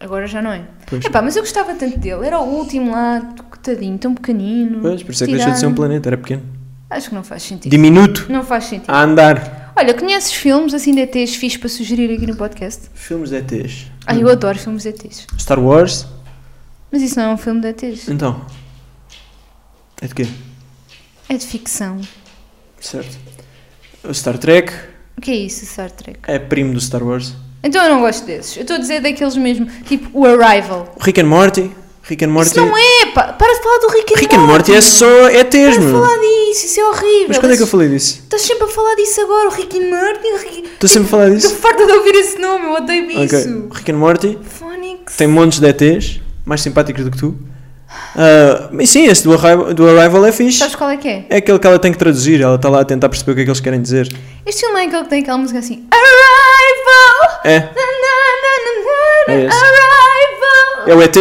[SPEAKER 2] Agora já não é.
[SPEAKER 1] Pois.
[SPEAKER 2] Epá, mas eu gostava tanto dele. Era o último lá, tadinho, tão pequenino.
[SPEAKER 1] Pois, por isso é que deixou de ser um
[SPEAKER 2] tirano.
[SPEAKER 1] planeta, era pequeno.
[SPEAKER 2] Acho que não faz sentido.
[SPEAKER 1] Diminuto.
[SPEAKER 2] Não faz sentido.
[SPEAKER 1] A andar.
[SPEAKER 2] Olha, conheces filmes assim de ETs fixe para sugerir aqui no podcast?
[SPEAKER 1] Filmes de ETs.
[SPEAKER 2] Ai, eu adoro filmes de ETs.
[SPEAKER 1] Star Wars.
[SPEAKER 2] Mas isso não é um filme de ETs.
[SPEAKER 1] Então. É de quê?
[SPEAKER 2] É de ficção.
[SPEAKER 1] Certo. O Star Trek
[SPEAKER 2] O que é isso, Star Trek?
[SPEAKER 1] é primo do Star Wars.
[SPEAKER 2] Então eu não gosto desses. Eu estou a dizer daqueles mesmo. Tipo, o Arrival.
[SPEAKER 1] O Rick and Morty. Rick and Morty.
[SPEAKER 2] Isso não é, pá. Para de falar do Rick and
[SPEAKER 1] Rick and Morty é só ETs,
[SPEAKER 2] Para de
[SPEAKER 1] meu.
[SPEAKER 2] falar disso. Isso é horrível.
[SPEAKER 1] Mas quando é que eu falei disso?
[SPEAKER 2] Estás sempre a falar disso agora. O Rick and Morty. o Rick...
[SPEAKER 1] Estou sempre a falar disso?
[SPEAKER 2] Estou farta de ouvir esse nome. Eu odeio
[SPEAKER 1] Ok.
[SPEAKER 2] isso.
[SPEAKER 1] Rick and Morty
[SPEAKER 2] Phonics.
[SPEAKER 1] tem montes de ETs, mais simpáticos do que tu. Ah, mas sim, esse do Arrival, do Arrival é fixe.
[SPEAKER 2] Sabes qual é que é?
[SPEAKER 1] É aquele que ela tem que traduzir, ela está lá a tentar perceber o que é que eles querem dizer.
[SPEAKER 2] Este filme é aquele que tem aquela música assim. Arrival!
[SPEAKER 1] É,
[SPEAKER 2] Na, na, na, na, na,
[SPEAKER 1] É esse.
[SPEAKER 2] Arrival!
[SPEAKER 1] é o ET.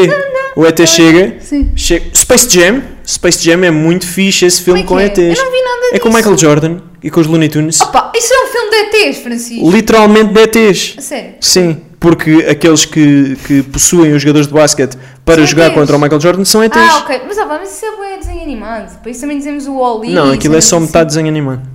[SPEAKER 1] O ET chega.
[SPEAKER 2] Sim.
[SPEAKER 1] chega- Space Jam. Space Jam é muito fixe esse filme
[SPEAKER 2] Como
[SPEAKER 1] com
[SPEAKER 2] é que é?
[SPEAKER 1] ETs.
[SPEAKER 2] Eu não vi nada
[SPEAKER 1] É com o
[SPEAKER 2] disso.
[SPEAKER 1] Michael Jordan e com os Looney Tunes.
[SPEAKER 2] Opa, isso é um filme de ETs, Francisco.
[SPEAKER 1] Literalmente de ETs.
[SPEAKER 2] A Sério.
[SPEAKER 1] Sim, porque aqueles que, que possuem os jogadores de basquete para
[SPEAKER 2] São
[SPEAKER 1] jogar
[SPEAKER 2] ETs.
[SPEAKER 1] contra o Michael Jordan são ETs.
[SPEAKER 2] Ah, ok. Mas, ah, pá, mas isso é bué desenho animado. Depois também dizemos o Wall-E.
[SPEAKER 1] Não, aquilo é só metade desenho animado.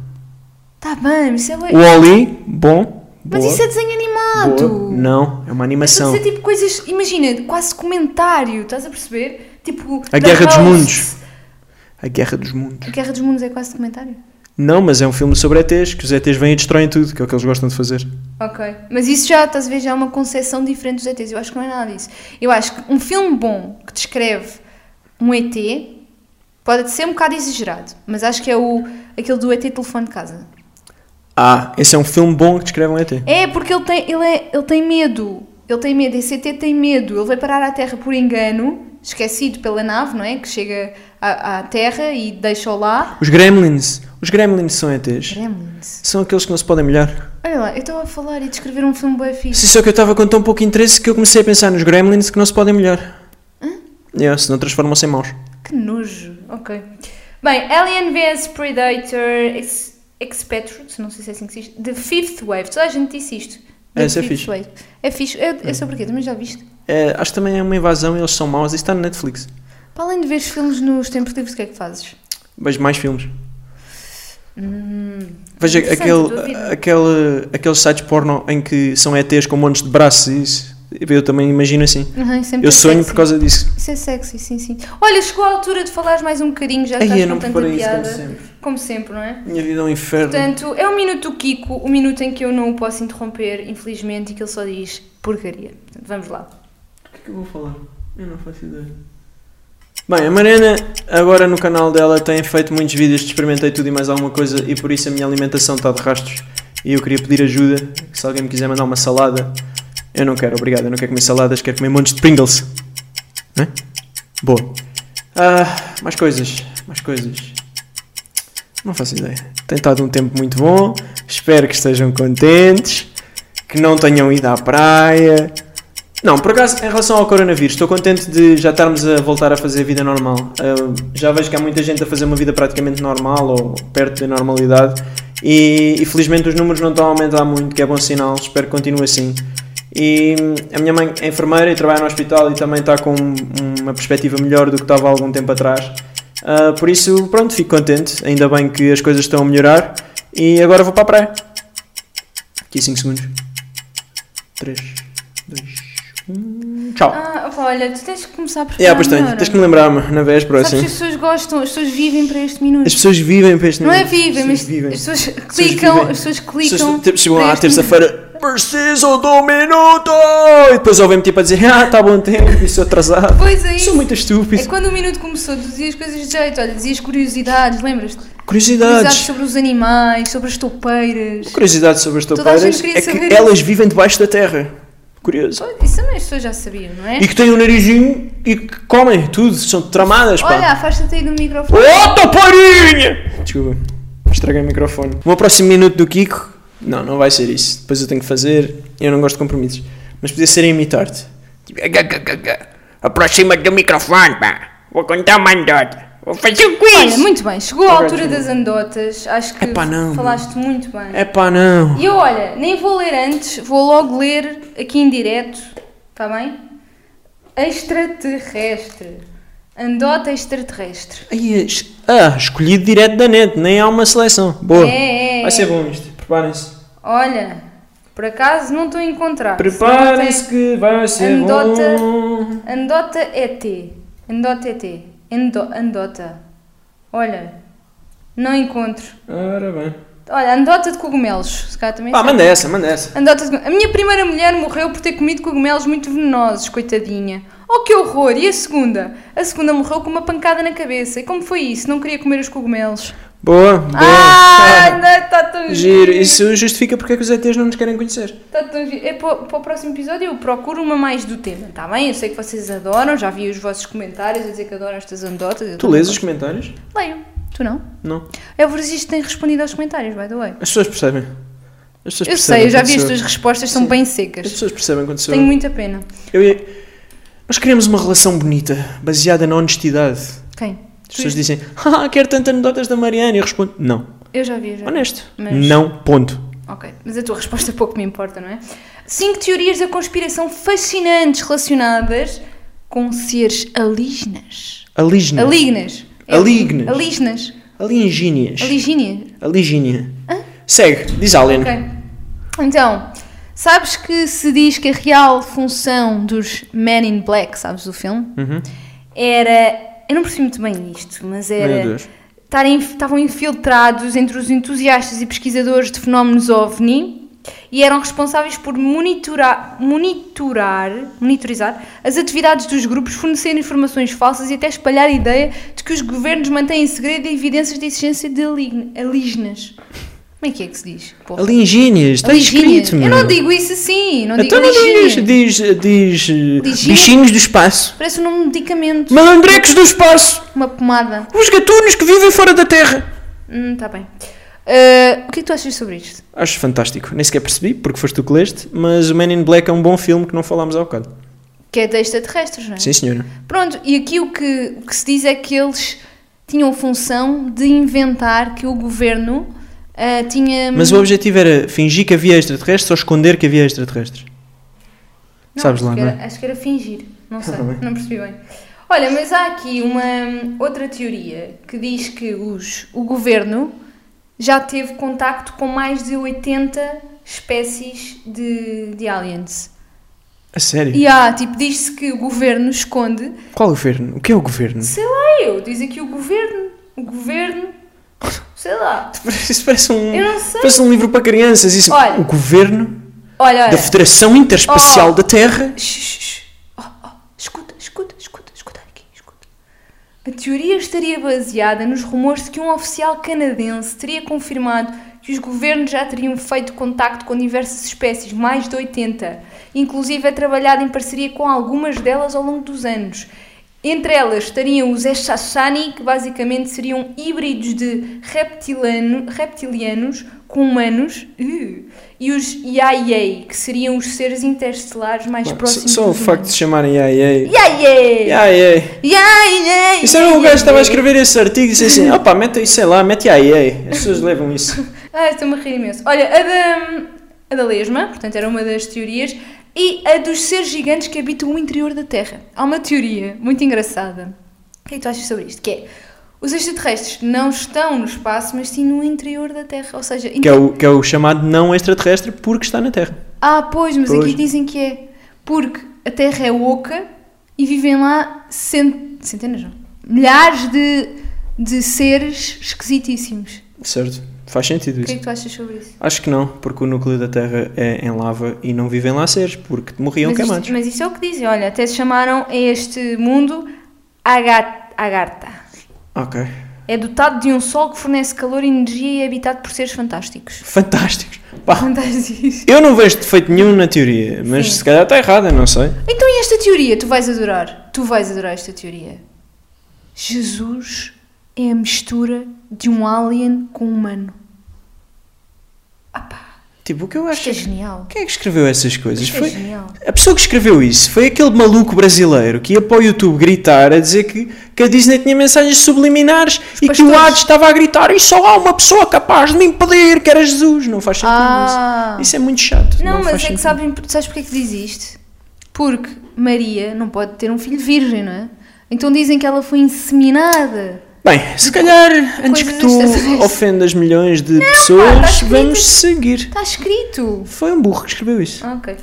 [SPEAKER 2] Tá bem, mas isso é bué...
[SPEAKER 1] O Oli, bom.
[SPEAKER 2] Mas
[SPEAKER 1] boa,
[SPEAKER 2] isso é desenho animado.
[SPEAKER 1] boa. Não, é uma
[SPEAKER 2] Estou a
[SPEAKER 1] animação.
[SPEAKER 2] dizer tipo coisas... Imagina, quase comentário. Estás a perceber? Tipo...
[SPEAKER 1] A
[SPEAKER 2] The
[SPEAKER 1] Guerra dos
[SPEAKER 2] Host.
[SPEAKER 1] Mundos. A Guerra dos Mundos.
[SPEAKER 2] A Guerra dos Mundos é quase documentário?
[SPEAKER 1] Não, mas é um filme sobre ETs, que os ETs vêm e destroem tudo, que é o que eles gostam de fazer.
[SPEAKER 2] Ok. Mas isso já, estás a ver, já é uma concepção diferente dos ETs. Eu acho que não é nada disso. Eu acho que um filme bom que descreve um ET pode ser um bocado exagerado, mas acho que é o, aquele do ET telefone de casa.
[SPEAKER 1] Ah, esse é um filme bom que descreve um ET.
[SPEAKER 2] É, porque ele tem, ele é- ele tem medo. Ele tem medo. Esse ET tem medo. Ele vai parar à Terra por engano, esquecido pela nave, não é? Que chega à, à Terra e deixa-o lá.
[SPEAKER 1] Os Gremlins. Os Gremlins são ETs.
[SPEAKER 2] Gremlins.
[SPEAKER 1] São aqueles que não se podem molhar.
[SPEAKER 2] Olha lá, eu estava a falar e descrever um filme bem fixe.
[SPEAKER 1] Sim, só que eu estava com tão pouco interesse que eu comecei a pensar nos Gremlins que não se podem molhar.
[SPEAKER 2] Hum?
[SPEAKER 1] Yeah, se não transformam-se em maus.
[SPEAKER 2] Que nojo. Ok. Bem, Alien vs Predator Ex Expatriates, não sei se é assim que se diz, The Fifth Wave. Toda a gente disse isto. The
[SPEAKER 1] Essa é
[SPEAKER 2] Fifth
[SPEAKER 1] fixe.
[SPEAKER 2] Wave. É fixe. É, é sobre o quê? Também já viste?
[SPEAKER 1] É, acho que também é uma invasão e eles são maus. Isso está no Netflix.
[SPEAKER 2] Para além de ver os filmes nos tempos livres, o que é que fazes?
[SPEAKER 1] Vejo mais filmes.
[SPEAKER 2] Hum,
[SPEAKER 1] Veja
[SPEAKER 2] Interessante,
[SPEAKER 1] aquele, ah,
[SPEAKER 2] duvido.
[SPEAKER 1] aquele, aqueles sites porno em que são ETs com montes de braços e isso. Eu também imagino assim.
[SPEAKER 2] aham, isso é muito
[SPEAKER 1] Eu sonho
[SPEAKER 2] sexy.
[SPEAKER 1] por causa disso.
[SPEAKER 2] Isso é sexy, sim, sim. Olha, chegou a altura de falares mais um bocadinho, já
[SPEAKER 1] Ai,
[SPEAKER 2] estás
[SPEAKER 1] eu
[SPEAKER 2] com
[SPEAKER 1] não
[SPEAKER 2] tanta
[SPEAKER 1] preparei isso, como
[SPEAKER 2] piada.
[SPEAKER 1] sempre.
[SPEAKER 2] como sempre, não é?
[SPEAKER 1] Minha vida é um inferno.
[SPEAKER 2] Portanto, é o minuto do Kiko, o minuto em que eu não o posso interromper, infelizmente, e que ele só diz porcaria. Portanto, vamos lá.
[SPEAKER 1] O que é que eu vou falar? Eu não faço ideia. Bem, a Mariana agora no canal dela tem feito muitos vídeos de experimentei tudo e mais alguma coisa e por isso a minha alimentação está de rastros e eu queria pedir ajuda, se alguém me quiser mandar uma salada, eu não quero, obrigado, eu não quero comer saladas, quero comer montes de Pringles. Né? Boa. Ah, mais coisas, mais coisas. Não faço ideia. Tem estado um tempo muito bom, espero que estejam contentes, que não tenham ido à praia, não, por acaso, em relação ao coronavírus, estou contente de já estarmos a voltar a fazer vida normal. Ah, já vejo que há muita gente a fazer uma vida praticamente normal ou perto da normalidade e, e felizmente os números não estão a aumentar muito, que é bom sinal, espero que continue assim. E a minha mãe é enfermeira e trabalha no hospital e também está com uma perspectiva melhor do que estava há algum tempo atrás. Ah, por isso, pronto, fico contente. Ainda bem que as coisas estão a melhorar. E agora vou para a praia. Aqui 5 segundos. 3, 2, 1. Tchau.
[SPEAKER 2] Ah, opa, olha, tu tens que começar por
[SPEAKER 1] yeah, É, pois tenho. Tens que me lembrar -me, na véspera,
[SPEAKER 2] Sabes
[SPEAKER 1] assim.
[SPEAKER 2] que as pessoas gostam, as pessoas vivem para este minuto.
[SPEAKER 1] As pessoas vivem para este
[SPEAKER 2] Não é
[SPEAKER 1] momento.
[SPEAKER 2] vivem,
[SPEAKER 1] As
[SPEAKER 2] mas
[SPEAKER 1] pessoas vivem.
[SPEAKER 2] as pessoas clicam,
[SPEAKER 1] vivem.
[SPEAKER 2] as pessoas
[SPEAKER 1] As
[SPEAKER 2] clicam.
[SPEAKER 1] pessoas, tipo, chegam
[SPEAKER 2] para
[SPEAKER 1] à
[SPEAKER 2] este
[SPEAKER 1] terça-feira. Preciso de um minuto! E depois ouvem-me tipo a dizer: Ah, está bom tempo, isso atrasado.
[SPEAKER 2] Pois é isso.
[SPEAKER 1] Sou muito estúpido.
[SPEAKER 2] É quando o minuto começou, tu dizias coisas de jeito, olha, dizias curiosidades, lembras-te? Curiosidades
[SPEAKER 1] Curiosidades.
[SPEAKER 2] sobre os animais, sobre as toupeiras.
[SPEAKER 1] Curiosidades sobre as
[SPEAKER 2] a gente
[SPEAKER 1] toupeiras
[SPEAKER 2] queria
[SPEAKER 1] é que
[SPEAKER 2] saber
[SPEAKER 1] elas vivem debaixo da terra. Curioso.
[SPEAKER 2] Pois, Isso também as pessoas já sabiam, não é?
[SPEAKER 1] E que têm um narizinho e que comem tudo, são tramadas, pá.
[SPEAKER 2] Olha, afasta-te aí do microfone.
[SPEAKER 1] Outra parinha! Desculpa, estraguei o microfone. O meu próximo minuto do Kiko. Não, não vai ser isso. Depois eu tenho que fazer. Eu não gosto de compromissos. Mas podia ser a imitar-te.
[SPEAKER 3] Aproxima-te do microfone, pá. Vou contar uma anedota. Vou fazer um quiz.
[SPEAKER 2] Olha, muito bem, chegou a
[SPEAKER 1] Ok,
[SPEAKER 2] altura
[SPEAKER 1] desculpa.
[SPEAKER 2] das anedotas, acho que
[SPEAKER 1] Epá, não.
[SPEAKER 2] falaste muito bem.
[SPEAKER 1] É pá, não.
[SPEAKER 2] E eu, olha, nem vou ler antes, vou logo ler aqui em direto, está bem? Extraterrestre. Andota extraterrestre.
[SPEAKER 1] Ai, es- Ah, escolhido direto da net, nem há uma seleção. Boa.
[SPEAKER 2] É, é, é.
[SPEAKER 1] Vai ser bom isto. Preparem-se.
[SPEAKER 2] Olha, por acaso não estou a encontrar.
[SPEAKER 1] Preparem-se que vai ser
[SPEAKER 2] Anedota.
[SPEAKER 1] bom.
[SPEAKER 2] Andota ET. Andota ET. Ando, andota. Olha, não encontro.
[SPEAKER 1] Ora bem.
[SPEAKER 2] Olha, andota de cogumelos. Se calhar também
[SPEAKER 1] Pá,
[SPEAKER 2] serve.
[SPEAKER 1] manda essa, manda essa.
[SPEAKER 2] Andota de cogum- A minha primeira mulher morreu por ter comido cogumelos muito venenosos, coitadinha. Oh, que horror! E a segunda? A segunda morreu com uma pancada na cabeça. E como foi isso? Não queria comer os cogumelos.
[SPEAKER 1] Boa, boa. Tá.
[SPEAKER 2] Ah, não, está tão
[SPEAKER 1] Giro, isso justifica porque é que os ETs não nos querem conhecer.
[SPEAKER 2] Tá tão giro. É para, para o próximo episódio eu procuro uma mais do tema, tá bem? Eu sei que vocês adoram, já vi os vossos comentários a dizer que adoram estas anedotas. eu
[SPEAKER 1] Tu
[SPEAKER 2] também
[SPEAKER 1] lês os
[SPEAKER 2] gosto.
[SPEAKER 1] comentários?
[SPEAKER 2] Leio. É Tu não?
[SPEAKER 1] Não.
[SPEAKER 2] Eu vos isto tem respondido aos comentários, by the way.
[SPEAKER 1] As pessoas percebem. As pessoas
[SPEAKER 2] Eu sei, eu já vi as
[SPEAKER 1] quando
[SPEAKER 2] tuas
[SPEAKER 1] sou-
[SPEAKER 2] respostas, são
[SPEAKER 1] Sim.
[SPEAKER 2] bem
[SPEAKER 1] As
[SPEAKER 2] secas.
[SPEAKER 1] pessoas percebem quando sou.
[SPEAKER 2] Tenho muita pena.
[SPEAKER 1] Eu ia- Nós queremos uma relação bonita, baseada na honestidade.
[SPEAKER 2] Quem?
[SPEAKER 1] As
[SPEAKER 2] Tu
[SPEAKER 1] pessoas
[SPEAKER 2] és-
[SPEAKER 1] dizem, ah, quero tantas anedotas da Mariana. E eu respondo, não.
[SPEAKER 2] Eu já vi, já vi.
[SPEAKER 1] Honesto.
[SPEAKER 2] É. Mas-
[SPEAKER 1] Não, ponto.
[SPEAKER 2] Ok, mas a tua resposta pouco me importa, não é? Cinco teorias da conspiração fascinantes relacionadas com seres alígenas.
[SPEAKER 1] Alígena.
[SPEAKER 2] Alígenas. É-
[SPEAKER 1] Alígenas.
[SPEAKER 2] Alígenas.
[SPEAKER 1] Alígíneas.
[SPEAKER 2] Alígenas.
[SPEAKER 1] Alígínia. Segue, diz Alien.
[SPEAKER 2] Ok. Então, sabes que se diz que a real função dos Men in Black, sabes do filme? Era. Eu não percebi muito bem isto, mas
[SPEAKER 1] Uhum. Meu
[SPEAKER 2] era.
[SPEAKER 1] Deus.
[SPEAKER 2] estarem- Estavam infiltrados entre os entusiastas e pesquisadores de fenómenos OVNI e eram responsáveis por monitorar, monitorar, monitorizar as atividades dos grupos, fornecer informações falsas e até espalhar a ideia de que os governos mantêm em segredo evidências da existência de alígn- alígenas. Como é que é que se diz? porra?
[SPEAKER 1] Alígíneas, está
[SPEAKER 2] Ligínia.
[SPEAKER 1] tá escrito, meu.
[SPEAKER 2] Eu não digo isso assim, não digo
[SPEAKER 1] Então não diz,
[SPEAKER 2] Ligínia.
[SPEAKER 1] diz, diz, eh, bichinhos do espaço.
[SPEAKER 2] Parece o nome de um medicamento,
[SPEAKER 1] Malandrecos do espaço.
[SPEAKER 2] uma pomada.
[SPEAKER 1] Os gatunos que vivem fora da Terra.
[SPEAKER 2] Hum, tá bem. Ah, o que é que tu achas sobre isto?
[SPEAKER 1] Acho fantástico. Nem sequer percebi, porque foste tu que leste, mas o Man in Black é um bom filme que não falámos há bocado.
[SPEAKER 2] Que é de extraterrestres, não é?
[SPEAKER 1] Sim, senhora.
[SPEAKER 2] Pronto, e aqui o que, o que se diz é que eles tinham função de inventar que o governo ah, tinha...
[SPEAKER 1] Mas o objetivo era fingir que havia extraterrestres ou esconder que havia extraterrestres.
[SPEAKER 2] Não,
[SPEAKER 1] Sabes lá,
[SPEAKER 2] acho que
[SPEAKER 1] não é?
[SPEAKER 2] era- Acho que era fingir, não sei,
[SPEAKER 1] Tá bem.
[SPEAKER 2] não percebi bem. Olha, mas há aqui uma hum, outra teoria que diz que os, o governo já teve contacto com mais de 80 espécies de, de aliens.
[SPEAKER 1] A sério?
[SPEAKER 2] E há, tipo, diz-se que o governo esconde.
[SPEAKER 1] Qual governo? O que é o governo?
[SPEAKER 2] Sei lá, eu, diz aqui o governo, o governo, sei lá.
[SPEAKER 1] Isso parece um,
[SPEAKER 2] Eu não sei.
[SPEAKER 1] parece um livro para crianças. Isso.
[SPEAKER 2] Olha.
[SPEAKER 1] o governo
[SPEAKER 2] Olha, olha.
[SPEAKER 1] da Federação Interespacial
[SPEAKER 2] Oh.
[SPEAKER 1] da Terra.
[SPEAKER 2] Shh, shh, shh. Oh, oh, escuta, escuta, escuta, escuta aqui, escuta. A teoria estaria baseada nos rumores de que um oficial canadense teria confirmado que os governos já teriam feito contacto com diversas espécies, mais de 80, inclusive é trabalhado em parceria com algumas delas ao longo dos anos. Entre elas estariam os Eshashani, que basicamente seriam híbridos de reptilano- reptilianos com humanos, uh, e os Yayei, que seriam os seres interestelares mais
[SPEAKER 1] Só,
[SPEAKER 2] próximos
[SPEAKER 1] só o
[SPEAKER 2] dos
[SPEAKER 1] facto de se chamarem IAEA.
[SPEAKER 2] Yayei!
[SPEAKER 1] IAEA.
[SPEAKER 2] Yayei!
[SPEAKER 1] Isso era o gajo que estava a
[SPEAKER 2] Yayei.
[SPEAKER 1] escrever esse artigo e disse assim: opá, mete isso, sei lá, mete IAEA. As pessoas levam isso.
[SPEAKER 2] Ah, estou-me a rir imenso. Olha, a da, a da lesma, portanto era uma das teorias, e a dos seres gigantes que habitam o interior da Terra. Há uma teoria muito engraçada. O que é que tu achas sobre isto? Que é, os extraterrestres não estão no espaço, mas sim no interior da Terra. Ou seja,
[SPEAKER 1] Que é, o, que é o chamado não extraterrestre porque está na Terra.
[SPEAKER 2] Ah, pois, mas
[SPEAKER 1] Pois.
[SPEAKER 2] aqui dizem que é porque a Terra é oca e vivem lá cent... centenas, não. milhares de, de seres esquisitíssimos.
[SPEAKER 1] Certo? Faz sentido
[SPEAKER 2] O que é
[SPEAKER 1] isso.
[SPEAKER 2] que tu achas sobre isso?
[SPEAKER 1] Acho que não, porque o núcleo da Terra é em lava e não vivem lá seres, porque morriam
[SPEAKER 2] mas,
[SPEAKER 1] queimados.
[SPEAKER 2] isto, mas isto é o que dizem, olha, até se chamaram a este mundo Agat- Agartha.
[SPEAKER 1] Ok.
[SPEAKER 2] É dotado de um sol que fornece calor, energia e é habitado por seres fantásticos.
[SPEAKER 1] Fantásticos. Pá,
[SPEAKER 2] Fantásticos.
[SPEAKER 1] eu não vejo defeito nenhum na teoria, mas
[SPEAKER 2] Sim.
[SPEAKER 1] se calhar está errada, não sei.
[SPEAKER 2] Então e esta teoria? Tu vais adorar. Tu vais adorar esta teoria. Jesus é a mistura de um alien com um humano. Ah pá,
[SPEAKER 1] Tipo, o que eu acho.
[SPEAKER 2] isto é genial.
[SPEAKER 1] Quem é que escreveu essas coisas?
[SPEAKER 2] Isto é
[SPEAKER 1] Foi...
[SPEAKER 2] genial.
[SPEAKER 1] A pessoa que escreveu isso foi aquele maluco brasileiro que ia para o YouTube gritar a dizer que, que a Disney tinha mensagens subliminares e que
[SPEAKER 2] pastores.
[SPEAKER 1] o Hades estava a gritar e só há uma pessoa capaz de me impedir que era Jesus. Não faz sentido
[SPEAKER 2] Ah.
[SPEAKER 1] isso. Isso é muito chato.
[SPEAKER 2] Não,
[SPEAKER 1] faz
[SPEAKER 2] mas é que
[SPEAKER 1] sentido.
[SPEAKER 2] sabem, sabes porque é que diz isto? Porque Maria não pode ter um filho virgem, não é? Então dizem que ela foi inseminada.
[SPEAKER 1] Bem, se calhar antes que
[SPEAKER 2] coisas
[SPEAKER 1] tu
[SPEAKER 2] extraterrestres.
[SPEAKER 1] ofendas milhões de
[SPEAKER 2] pá, tá
[SPEAKER 1] pessoas,
[SPEAKER 2] escrito.
[SPEAKER 1] vamos seguir.
[SPEAKER 2] Está escrito.
[SPEAKER 1] Foi um burro que escreveu isso.
[SPEAKER 2] Ah, Ok.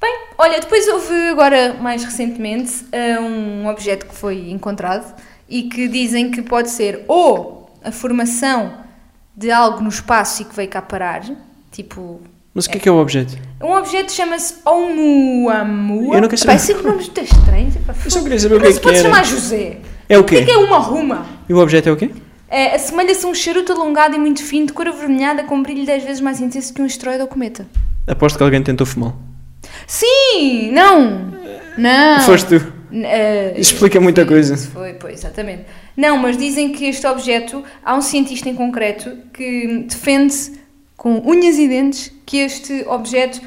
[SPEAKER 2] Bem, olha, depois houve agora mais recentemente eh, um objeto que foi encontrado e que dizem que pode ser ou a formação de algo no espaço e que veio cá parar, tipo.
[SPEAKER 1] Mas o que é que é o objeto?
[SPEAKER 2] Um objeto chama-se Oumuamua.
[SPEAKER 1] Eu não quero saber.
[SPEAKER 2] Vai ser um nome muito estranho. tipo,
[SPEAKER 1] Eu só queria saber o
[SPEAKER 2] Não
[SPEAKER 1] que é
[SPEAKER 2] se
[SPEAKER 1] que
[SPEAKER 2] pode
[SPEAKER 1] era.
[SPEAKER 2] chamar José.
[SPEAKER 1] É o
[SPEAKER 2] O que é
[SPEAKER 1] quê?
[SPEAKER 2] que é uma ruma?
[SPEAKER 1] E o objeto é o quê?
[SPEAKER 2] Eh, Assemelha-se a um charuto alongado e muito fino, de cor avermelhada, com um brilho 10 vezes mais intenso que um asteroide ou cometa.
[SPEAKER 1] Aposto que alguém tentou fumar.
[SPEAKER 2] Sim! Não! Não!
[SPEAKER 1] Foste tu.
[SPEAKER 2] N- eh,
[SPEAKER 1] Isso explica muita coisa.
[SPEAKER 2] isso Foi, pois, exatamente. Não, mas dizem que este objeto, há um cientista em concreto que defende com unhas e dentes que este objeto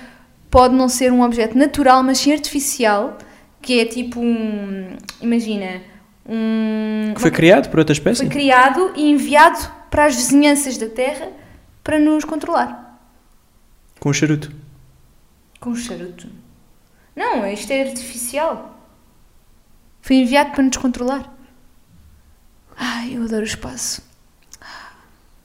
[SPEAKER 2] pode não ser um objeto natural, mas sim artificial, que é tipo um. Imagina, um.
[SPEAKER 1] Que foi criado por outra espécie?
[SPEAKER 2] foi criado e enviado para as vizinhanças da Terra para nos controlar.
[SPEAKER 1] Com um charuto.
[SPEAKER 2] Com um charuto. Não, isto é artificial. Foi enviado para nos controlar. Ai, eu adoro o espaço.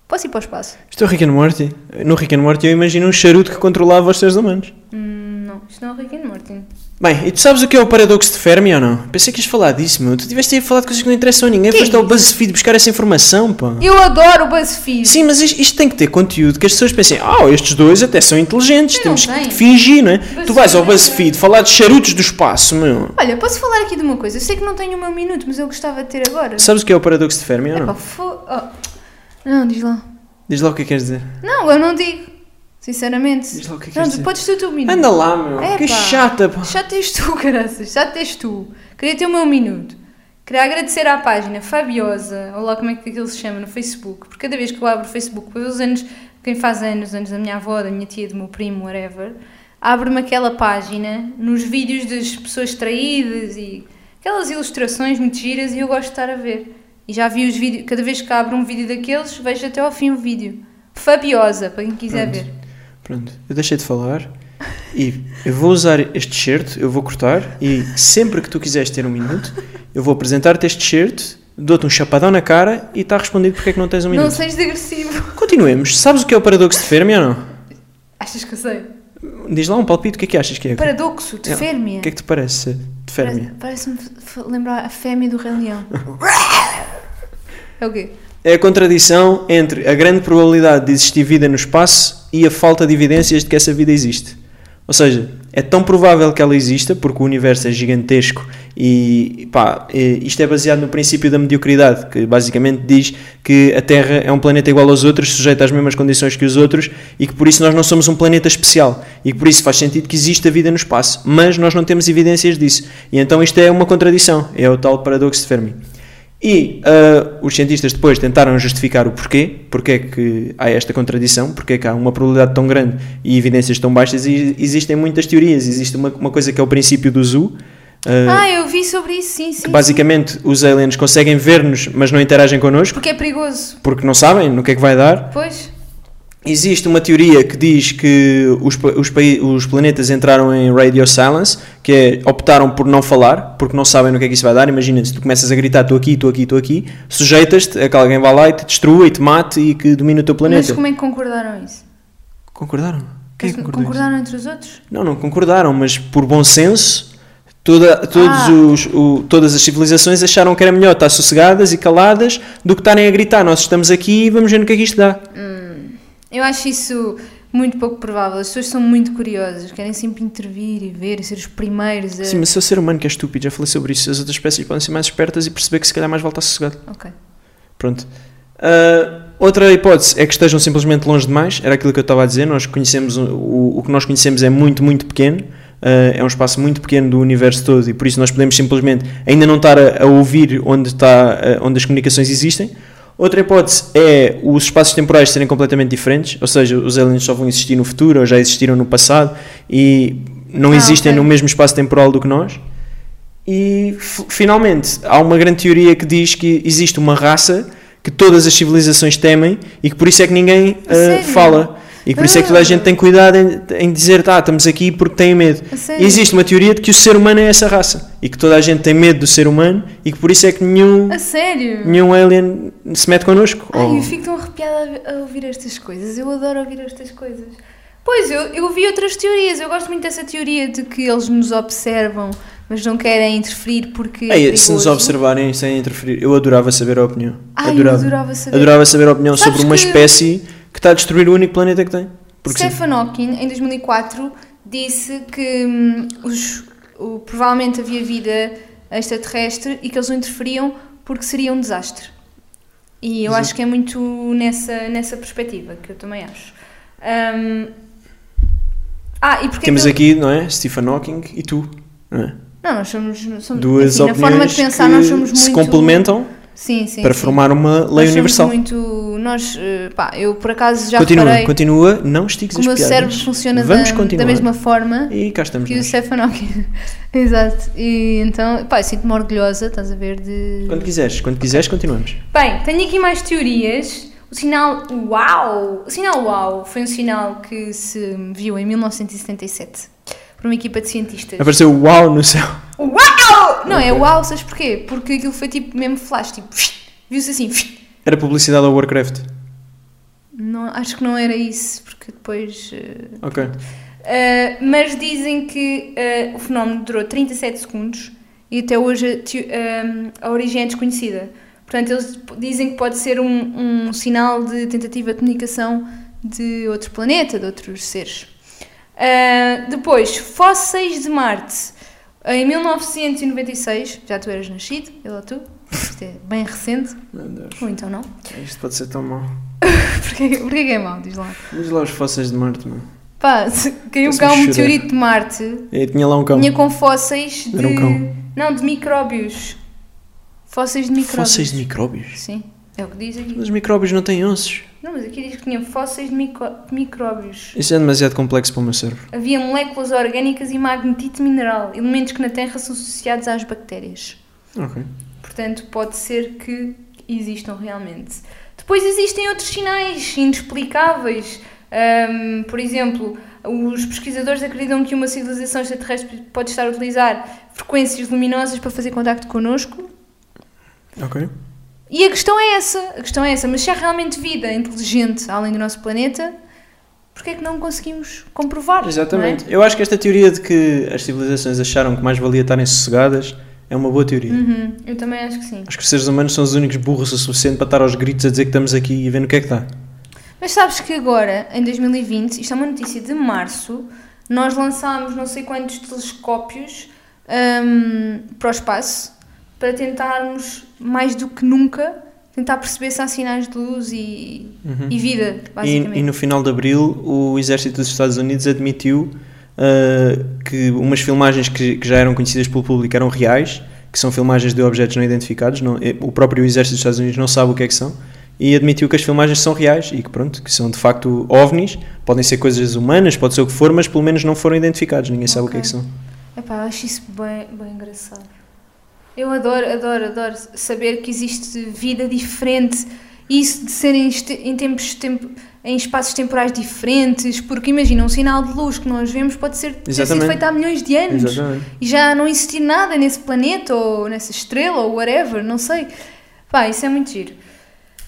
[SPEAKER 2] Posso ir para o espaço?
[SPEAKER 1] Isto é o Rick and Morty. No Rick and Morty eu imagino um charuto que controlava os seres humanos.
[SPEAKER 2] Hum, não, isto não é o Rick and Morty.
[SPEAKER 1] Bem, e tu sabes o que é o paradoxo de Fermi ou não? Pensei que ias falar disso, meu. Tu tiveste aí a falar de coisas que não interessam a ninguém.
[SPEAKER 2] Que é
[SPEAKER 1] Foste ao
[SPEAKER 2] isso?
[SPEAKER 1] BuzzFeed buscar essa informação, pá.
[SPEAKER 2] Eu adoro o BuzzFeed.
[SPEAKER 1] Sim, mas isto, isto tem que ter conteúdo que as pessoas pensem, ah, estes dois até são inteligentes,
[SPEAKER 2] Não
[SPEAKER 1] temos
[SPEAKER 2] tem.
[SPEAKER 1] que fingir, não é? tu vais ao
[SPEAKER 2] não tem.
[SPEAKER 1] BuzzFeed falar de charutos do espaço, meu.
[SPEAKER 2] Olha, posso falar aqui de uma coisa? Eu sei que não tenho o meu minuto, mas eu gostava de ter agora.
[SPEAKER 1] Sabes o que é o paradoxo de Fermi ou
[SPEAKER 2] Epá,
[SPEAKER 1] não?
[SPEAKER 2] fo- oh. Não, diz lá.
[SPEAKER 1] Diz lá o que é que queres dizer.
[SPEAKER 2] Não, eu não digo. Sinceramente.
[SPEAKER 1] Diz lá o que é que
[SPEAKER 2] não,
[SPEAKER 1] queres dizer.
[SPEAKER 2] podes ter o teu minuto.
[SPEAKER 1] Anda lá, meu.
[SPEAKER 2] É,
[SPEAKER 1] que
[SPEAKER 2] pá.
[SPEAKER 1] chata, pá.
[SPEAKER 2] Chato és tu, caraças. Chato és tu. Queria ter o meu minuto. Queria agradecer à página Fabiosa, ou lá como é que aquilo se chama, no Facebook, porque cada vez que eu abro o Facebook, para ver os anos, quem faz anos, os anos da minha avó, da minha tia, do meu primo, whatever, abro-me aquela página nos vídeos das pessoas traídas e aquelas ilustrações muito giras e eu gosto de estar a ver. E já vi os vídeos, cada vez que abro um vídeo daqueles, vejo até ao fim o vídeo. Fabiosa, para quem quiser
[SPEAKER 1] Pronto.
[SPEAKER 2] ver.
[SPEAKER 1] Pronto, eu deixei de falar e eu vou usar este shirt, eu vou cortar e sempre que tu quiseres ter um minuto, eu vou apresentar-te este shirt, dou-te um chapadão na cara e está respondido porque é que não tens um
[SPEAKER 2] Não
[SPEAKER 1] minuto.
[SPEAKER 2] sejas agressivo.
[SPEAKER 1] Continuemos. Sabes o que é o paradoxo de Fermi ou não?
[SPEAKER 2] Achas que eu sei?
[SPEAKER 1] Diz lá um palpite, o que é que achas que é?
[SPEAKER 2] Paradoxo de
[SPEAKER 1] É,
[SPEAKER 2] Fermi.
[SPEAKER 1] O que é que te parece de Fermi?
[SPEAKER 2] Parece- Parece-me f- lembrar a fêmea do Rei Leão. é o quê?
[SPEAKER 1] É a contradição entre a grande probabilidade de existir vida no espaço e a falta de evidências de que essa vida existe. Ou seja, é tão provável que ela exista, porque o universo é gigantesco e pá, eh, isto é baseado no princípio da mediocridade, que basicamente diz que a Terra é um planeta igual aos outros, sujeito às mesmas condições que os outros e que por isso nós não somos um planeta especial e que por isso faz sentido que exista vida no espaço, mas nós não temos evidências disso. E então isto é uma contradição, é o tal paradoxo de Fermi. E ah, os cientistas depois tentaram justificar o porquê, porque é que há esta contradição, porque é que há uma probabilidade tão grande e evidências tão baixas, e existem muitas teorias. Existe uma, uma coisa que é o princípio do zoo, ah,
[SPEAKER 2] Ah, eu vi sobre isso, sim, sim.
[SPEAKER 1] que basicamente os aliens conseguem ver-nos, mas não interagem connosco,
[SPEAKER 2] Porque é perigoso.
[SPEAKER 1] porque não sabem no que é que vai dar.
[SPEAKER 2] Pois.
[SPEAKER 1] Existe uma teoria que diz que os, pa- os, pai- os planetas entraram em radio silence, que é optaram por não falar, porque não sabem no que é que isso vai dar. Imagina, se tu começas a gritar estou aqui, estou aqui, estou aqui, sujeitas-te a que alguém vá lá e te destrua e te mate e que domine o teu
[SPEAKER 2] Mas
[SPEAKER 1] planeta.
[SPEAKER 2] como é que concordaram isso?
[SPEAKER 1] Concordaram? Quem é
[SPEAKER 2] Mas
[SPEAKER 1] que concordou nisso?
[SPEAKER 2] concordaram entre os outros?
[SPEAKER 1] Não, não concordaram, mas por bom senso, toda- todos
[SPEAKER 2] Ah.
[SPEAKER 1] os- o- todas as civilizações acharam que era melhor estar sossegadas e caladas do que estarem a gritar. Nós estamos aqui e vamos ver no que é que isto dá.
[SPEAKER 2] Eu acho isso muito pouco provável. As pessoas são muito curiosas, querem sempre intervir e ver e ser os primeiros a.
[SPEAKER 1] Sim, mas se o ser humano que é estúpido, já falei sobre isso, as outras espécies podem ser mais espertas e perceber que se calhar mais volta a sossegado.
[SPEAKER 2] Ok.
[SPEAKER 1] Pronto. Ah, outra hipótese é que estejam simplesmente longe demais, era aquilo que eu estava a dizer, nós conhecemos, o- o, o que nós conhecemos é muito, muito pequeno, ah, é um espaço muito pequeno do universo todo e por isso nós podemos simplesmente ainda não estar a, a ouvir onde, está, ah, onde as comunicações existem. Outra hipótese é os espaços temporais serem completamente diferentes, ou seja, os aliens só vão existir no futuro ou já existiram no passado e não
[SPEAKER 2] Ah,
[SPEAKER 1] existem
[SPEAKER 2] ok.
[SPEAKER 1] no mesmo espaço temporal do que nós. E f- finalmente, há uma grande teoria que diz que existe uma raça que todas as civilizações temem e que por isso é que ninguém
[SPEAKER 2] A
[SPEAKER 1] ah,
[SPEAKER 2] sério? Ah.
[SPEAKER 1] fala. E que por isso é que toda a gente tem cuidado em, em dizer, tá, estamos aqui porque tem medo.
[SPEAKER 2] A sério?
[SPEAKER 1] E existe uma teoria de que o ser humano é essa raça e que toda a gente tem medo do ser humano e que por isso é que nenhum,
[SPEAKER 2] A sério?
[SPEAKER 1] nenhum alien se mete connosco.
[SPEAKER 2] Ai,
[SPEAKER 1] Ou-
[SPEAKER 2] eu fico tão arrepiada a a ouvir estas coisas. Eu adoro ouvir estas coisas. Pois, eu, eu vi outras teorias. Eu gosto muito dessa teoria de que eles nos observam, mas não querem interferir porque. é
[SPEAKER 1] Ei, se nos
[SPEAKER 2] perigoso.
[SPEAKER 1] observarem sem interferir, eu adorava saber a opinião.
[SPEAKER 2] Ai, eu
[SPEAKER 1] adorava.
[SPEAKER 2] adorava saber.
[SPEAKER 1] Adorava saber a opinião
[SPEAKER 2] Sabes
[SPEAKER 1] sobre uma
[SPEAKER 2] que- é
[SPEAKER 1] espécie que está a destruir o único planeta que tem. Porque sim.
[SPEAKER 2] Stephen Hawking, em 2004, disse que hum, os- o- provavelmente havia vida extraterrestre e que eles não interferiam porque seria um desastre. E eu
[SPEAKER 1] Exato.
[SPEAKER 2] acho que é muito nessa, nessa perspectiva, que eu também acho. Hum, ah, e porque é
[SPEAKER 1] Temos
[SPEAKER 2] que eu-
[SPEAKER 1] aqui, não é? Stephen Hawking e tu. não é?
[SPEAKER 2] Não, nós somos. somos
[SPEAKER 1] Duas
[SPEAKER 2] assim, na
[SPEAKER 1] opiniões
[SPEAKER 2] forma de pensar,
[SPEAKER 1] que
[SPEAKER 2] nós somos muito.
[SPEAKER 1] se complementam
[SPEAKER 2] Sim, sim,
[SPEAKER 1] para
[SPEAKER 2] sim.
[SPEAKER 1] formar uma lei
[SPEAKER 2] Nós somos
[SPEAKER 1] universal.
[SPEAKER 2] muito. Nós, eh, pá, eu por acaso já
[SPEAKER 1] continua,
[SPEAKER 2] reparei
[SPEAKER 1] continua, não estiques
[SPEAKER 2] que o
[SPEAKER 1] as
[SPEAKER 2] meu
[SPEAKER 1] piadas.
[SPEAKER 2] cérebro funciona da,
[SPEAKER 1] Vamos continuar.
[SPEAKER 2] da mesma forma.
[SPEAKER 1] E cá estamos.
[SPEAKER 2] Que o
[SPEAKER 1] nós.
[SPEAKER 2] Stefan Hawking. Exato. E então, pá, eu sinto-me orgulhosa, estás a ver, de...
[SPEAKER 1] Quando quiseres, quando quiseres continuamos.
[SPEAKER 2] Bem, tenho aqui mais teorias. O sinal UAU... O sinal UAU foi um sinal que se viu em 1977 por uma equipa de cientistas.
[SPEAKER 1] Apareceu o uau no céu.
[SPEAKER 2] UAU! Não, é UAU, sabes porquê? Porque aquilo foi tipo mesmo flash, tipo... Viu-se assim...
[SPEAKER 1] Era publicidade ao Warcraft.
[SPEAKER 2] Não, acho que não era isso, porque depois... eh,
[SPEAKER 1] Ok.
[SPEAKER 2] Uh, mas dizem que uh, o fenómeno durou 37 segundos e até hoje a, teo- um, a origem é desconhecida. Portanto, eles p- dizem que pode ser um, um sinal de tentativa de comunicação de outro planeta, de outros seres. Uh, depois, fósseis de Marte. Em 1996, já tu eras nascido, eu ou tu, isto é bem recente,
[SPEAKER 1] Meu Deus,
[SPEAKER 2] ou então não.
[SPEAKER 1] isto pode ser tão mau.
[SPEAKER 2] Porquê, porquê que é mau? Diz lá.
[SPEAKER 1] Diz lá os fósseis de Marte, mano.
[SPEAKER 2] Pá, se- caiu
[SPEAKER 1] Parece-me
[SPEAKER 2] cá um
[SPEAKER 1] chorar.
[SPEAKER 2] meteorito de Marte
[SPEAKER 1] E tinha lá um cão.
[SPEAKER 2] Tinha com fósseis de.
[SPEAKER 1] Era um cão.
[SPEAKER 2] Não, de micróbios. Fósseis de micróbios.
[SPEAKER 1] Fósseis de micróbios?
[SPEAKER 2] Sim, é o que diz aqui.
[SPEAKER 1] Mas os micróbios não têm ossos.
[SPEAKER 2] Não, mas aqui diz que tinha fósseis de micro- micróbios.
[SPEAKER 1] Isso é demasiado complexo para o meu cérebro.
[SPEAKER 2] Havia moléculas orgânicas e magnetite mineral, elementos que na Terra são associados às bactérias.
[SPEAKER 1] Ok.
[SPEAKER 2] Portanto, pode ser que existam realmente. Depois existem outros sinais inexplicáveis. Ahm, por exemplo, os pesquisadores acreditam que uma civilização extraterrestre pode estar a utilizar frequências luminosas para fazer contacto connosco.
[SPEAKER 1] Ok.
[SPEAKER 2] E a questão é essa, a questão é essa, mas se há realmente vida inteligente além do nosso planeta, porque é que não conseguimos comprovar? não é?
[SPEAKER 1] Exatamente. Eu acho que esta teoria de que as civilizações acharam que mais valia estarem sossegadas é uma boa teoria.
[SPEAKER 2] Uhum, eu também acho que sim.
[SPEAKER 1] Acho que os seres humanos são os únicos burros o suficiente para estar aos gritos a dizer que estamos aqui e vendo o que é que dá.
[SPEAKER 2] Mas sabes que agora, em 2020, isto é uma notícia de março, nós lançámos não sei quantos telescópios hum, para o espaço para tentarmos, mais do que nunca, tentar perceber se há sinais de luz e, e vida,
[SPEAKER 1] E,
[SPEAKER 2] basicamente.
[SPEAKER 1] e no final de abril, o exército dos Estados Unidos admitiu ah, que umas filmagens que, que já eram conhecidas pelo público eram reais, que são filmagens de objetos não identificados. não- eh, o próprio exército dos Estados Unidos não sabe o que é que são. E admitiu que as filmagens são reais e que pronto, que são de facto ovnis, podem ser coisas humanas, pode ser o que for, mas pelo menos não foram identificados, ninguém sabe o que é que são.
[SPEAKER 2] Epá, eu acho isso bem, bem engraçado. Eu adoro, adoro, adoro saber que existe vida diferente E isso de serem este- em tempos tempo- em espaços temporais diferentes, porque imagina, um sinal de luz que nós vemos pode ser ter sido
[SPEAKER 1] Exatamente.
[SPEAKER 2] feito há milhões de anos
[SPEAKER 1] Exatamente.
[SPEAKER 2] e já não existir nada nesse planeta ou nessa estrela ou whatever, não sei. Pá, isso é muito giro.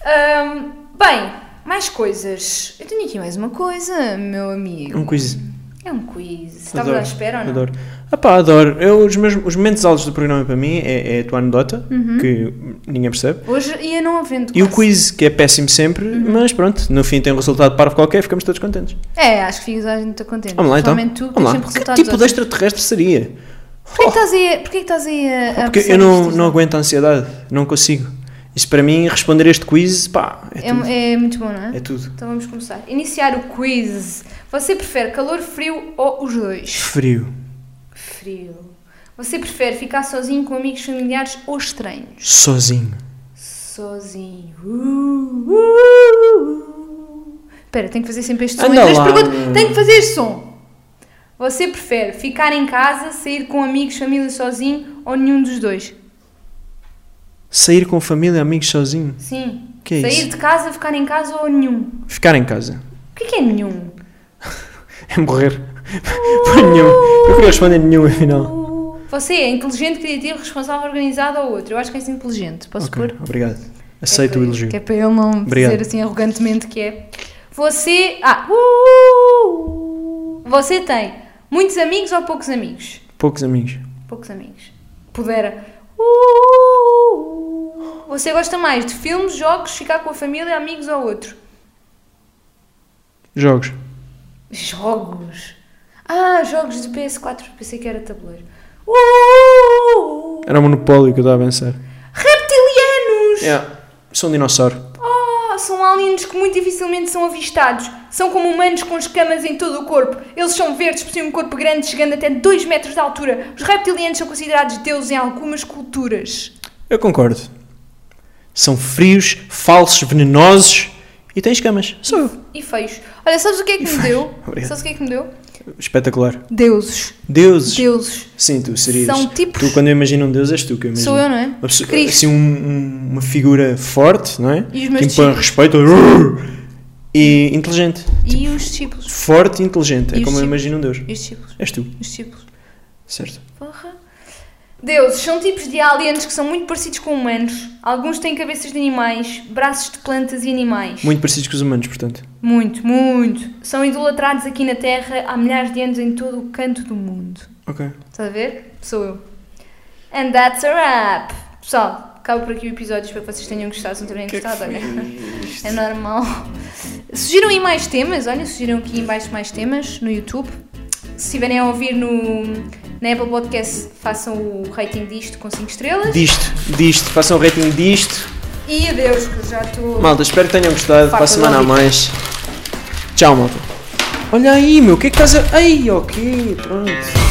[SPEAKER 2] Ahm, bem, mais coisas. Eu tenho aqui mais uma coisa, meu amigo.
[SPEAKER 1] Um quiz.
[SPEAKER 2] É um quiz.
[SPEAKER 1] Adoro,
[SPEAKER 2] Estava à espera ou não?
[SPEAKER 1] Adoro. Ah pá, adoro. Eu, os, meus, os momentos altos do programa para mim é, é a tua anedota,
[SPEAKER 2] Uhum.
[SPEAKER 1] que ninguém percebe.
[SPEAKER 2] Hoje ia não havendo
[SPEAKER 1] E o
[SPEAKER 2] quase. Uhum.
[SPEAKER 1] quiz, que é péssimo sempre, mas pronto, no fim tem um resultado parvo qualquer, ficamos todos contentes.
[SPEAKER 2] É, acho que ficas a gente contente.
[SPEAKER 1] Vamos lá então.
[SPEAKER 2] Principalmente tu, que tens
[SPEAKER 1] Vamos lá.
[SPEAKER 2] sempre
[SPEAKER 1] Que
[SPEAKER 2] resultados
[SPEAKER 1] tipo de
[SPEAKER 2] ótimos.
[SPEAKER 1] extraterrestre seria?
[SPEAKER 2] Porquê que estás aí, porquê que estás aí a, a
[SPEAKER 1] Porque
[SPEAKER 2] pensar
[SPEAKER 1] eu não,
[SPEAKER 2] nisto?
[SPEAKER 1] não aguento a ansiedade, não consigo. Isso para mim, responder este quiz, pá, é, tudo.
[SPEAKER 2] É, é muito bom, não é?
[SPEAKER 1] É tudo.
[SPEAKER 2] Então vamos começar. Iniciar o quiz. Você prefere calor, frio ou os dois?
[SPEAKER 1] Frio.
[SPEAKER 2] Frio. Você prefere ficar sozinho com amigos familiares ou estranhos?
[SPEAKER 1] Sozinho.
[SPEAKER 2] Sozinho. Uh, uh, uh. Espera, tenho que fazer sempre este som.
[SPEAKER 1] Anda
[SPEAKER 2] Entre as
[SPEAKER 1] lá,
[SPEAKER 2] perguntas,
[SPEAKER 1] meu.
[SPEAKER 2] tenho que fazer este som. Você prefere ficar em casa, sair com amigos, família sozinho ou nenhum dos dois?
[SPEAKER 1] Sair com família, amigos, sozinho.
[SPEAKER 2] Sim.
[SPEAKER 1] Que é
[SPEAKER 2] sair
[SPEAKER 1] isso?
[SPEAKER 2] de casa, ficar em casa ou nenhum?
[SPEAKER 1] Ficar em casa.
[SPEAKER 2] O que é que é nenhum?
[SPEAKER 1] É morrer. Por nenhum. Eu queria responder nenhum, afinal.
[SPEAKER 2] Você é inteligente, criativo, responsável, organizado ou outro? Eu acho que és inteligente, posso
[SPEAKER 1] Ok,
[SPEAKER 2] pôr?
[SPEAKER 1] obrigado. Aceito
[SPEAKER 2] É
[SPEAKER 1] o
[SPEAKER 2] para-
[SPEAKER 1] elogio.
[SPEAKER 2] Que é para ele não
[SPEAKER 1] Obrigado.
[SPEAKER 2] dizer assim arrogantemente que é. Você. Ah! uh, você tem muitos amigos ou poucos amigos?
[SPEAKER 1] Poucos amigos.
[SPEAKER 2] Poucos amigos. Pudera. Uh, você gosta mais de filmes, jogos, ficar com a família, amigos ou outro?
[SPEAKER 1] Jogos.
[SPEAKER 2] Jogos. Ah, jogos de PS4. Pensei que era tabuleiro. Uh,
[SPEAKER 1] Era o monopólio que eu estava a pensar.
[SPEAKER 2] reptilianos!
[SPEAKER 1] Yeah. Sou um dinossauro.
[SPEAKER 2] Oh, são aliens que muito dificilmente são avistados. São como humanos com escamas em todo o corpo. Eles são verdes, possuem um corpo grande, chegando até 2 metros de altura. Os reptilianos são considerados deuses em algumas culturas.
[SPEAKER 1] Eu concordo. São frios, falsos, venenosos e têm escamas. Sou eu.
[SPEAKER 2] E feios. Olha, sabes o que é que me deu?
[SPEAKER 1] Obrigado.
[SPEAKER 2] Sabes o que é que me deu?
[SPEAKER 1] Espetacular.
[SPEAKER 2] Deuses.
[SPEAKER 1] Deuses.
[SPEAKER 2] Deuses.
[SPEAKER 1] Sim, tu serias.
[SPEAKER 2] São tipos-
[SPEAKER 1] Tu, quando eu imagino um deus, és tu que eu imagino.
[SPEAKER 2] Sou eu, não é?
[SPEAKER 1] Uma pessoa-
[SPEAKER 2] Cristo.
[SPEAKER 1] assim, um- um- uma figura forte, não é?
[SPEAKER 2] E os meus
[SPEAKER 1] que impõe
[SPEAKER 2] discípulos.
[SPEAKER 1] respeito. uh, E inteligente.
[SPEAKER 2] E os discípulos.
[SPEAKER 1] Forte e inteligente.
[SPEAKER 2] E
[SPEAKER 1] é
[SPEAKER 2] os
[SPEAKER 1] como eu
[SPEAKER 2] tipos-
[SPEAKER 1] imagino um deus.
[SPEAKER 2] E os discípulos.
[SPEAKER 1] És tu,
[SPEAKER 2] Os discípulos.
[SPEAKER 1] certo?
[SPEAKER 2] Porra. Deuses são tipos de aliens que são muito parecidos com humanos. Alguns têm cabeças de animais, braços de plantas e animais.
[SPEAKER 1] Muito parecidos com os humanos, portanto.
[SPEAKER 2] Muito, muito. São idolatrados aqui na Terra há milhares de anos em todo o canto do mundo.
[SPEAKER 1] Ok.
[SPEAKER 2] Estás a ver? Sou eu. And that's a wrap. Pessoal, acabo por aqui o episódio. Espero que vocês tenham gostado. Se não tiverem gostado, olha. É normal. Sugiram aí mais temas. Olha, sugiram aqui em baixo mais temas no YouTube. Se estiverem a ouvir no, na Apple Podcast, façam o rating disto com 5 estrelas.
[SPEAKER 1] Disto, disto. Façam o rating disto.
[SPEAKER 2] E adeus, que já estou.
[SPEAKER 1] Malta, espero que tenham gostado.
[SPEAKER 2] Pá,
[SPEAKER 1] Para a
[SPEAKER 2] foi
[SPEAKER 1] semana a
[SPEAKER 2] horrível.
[SPEAKER 1] mais. Tchau, malta. Olha aí, meu, o que é que estás a. Ai, ok, pronto.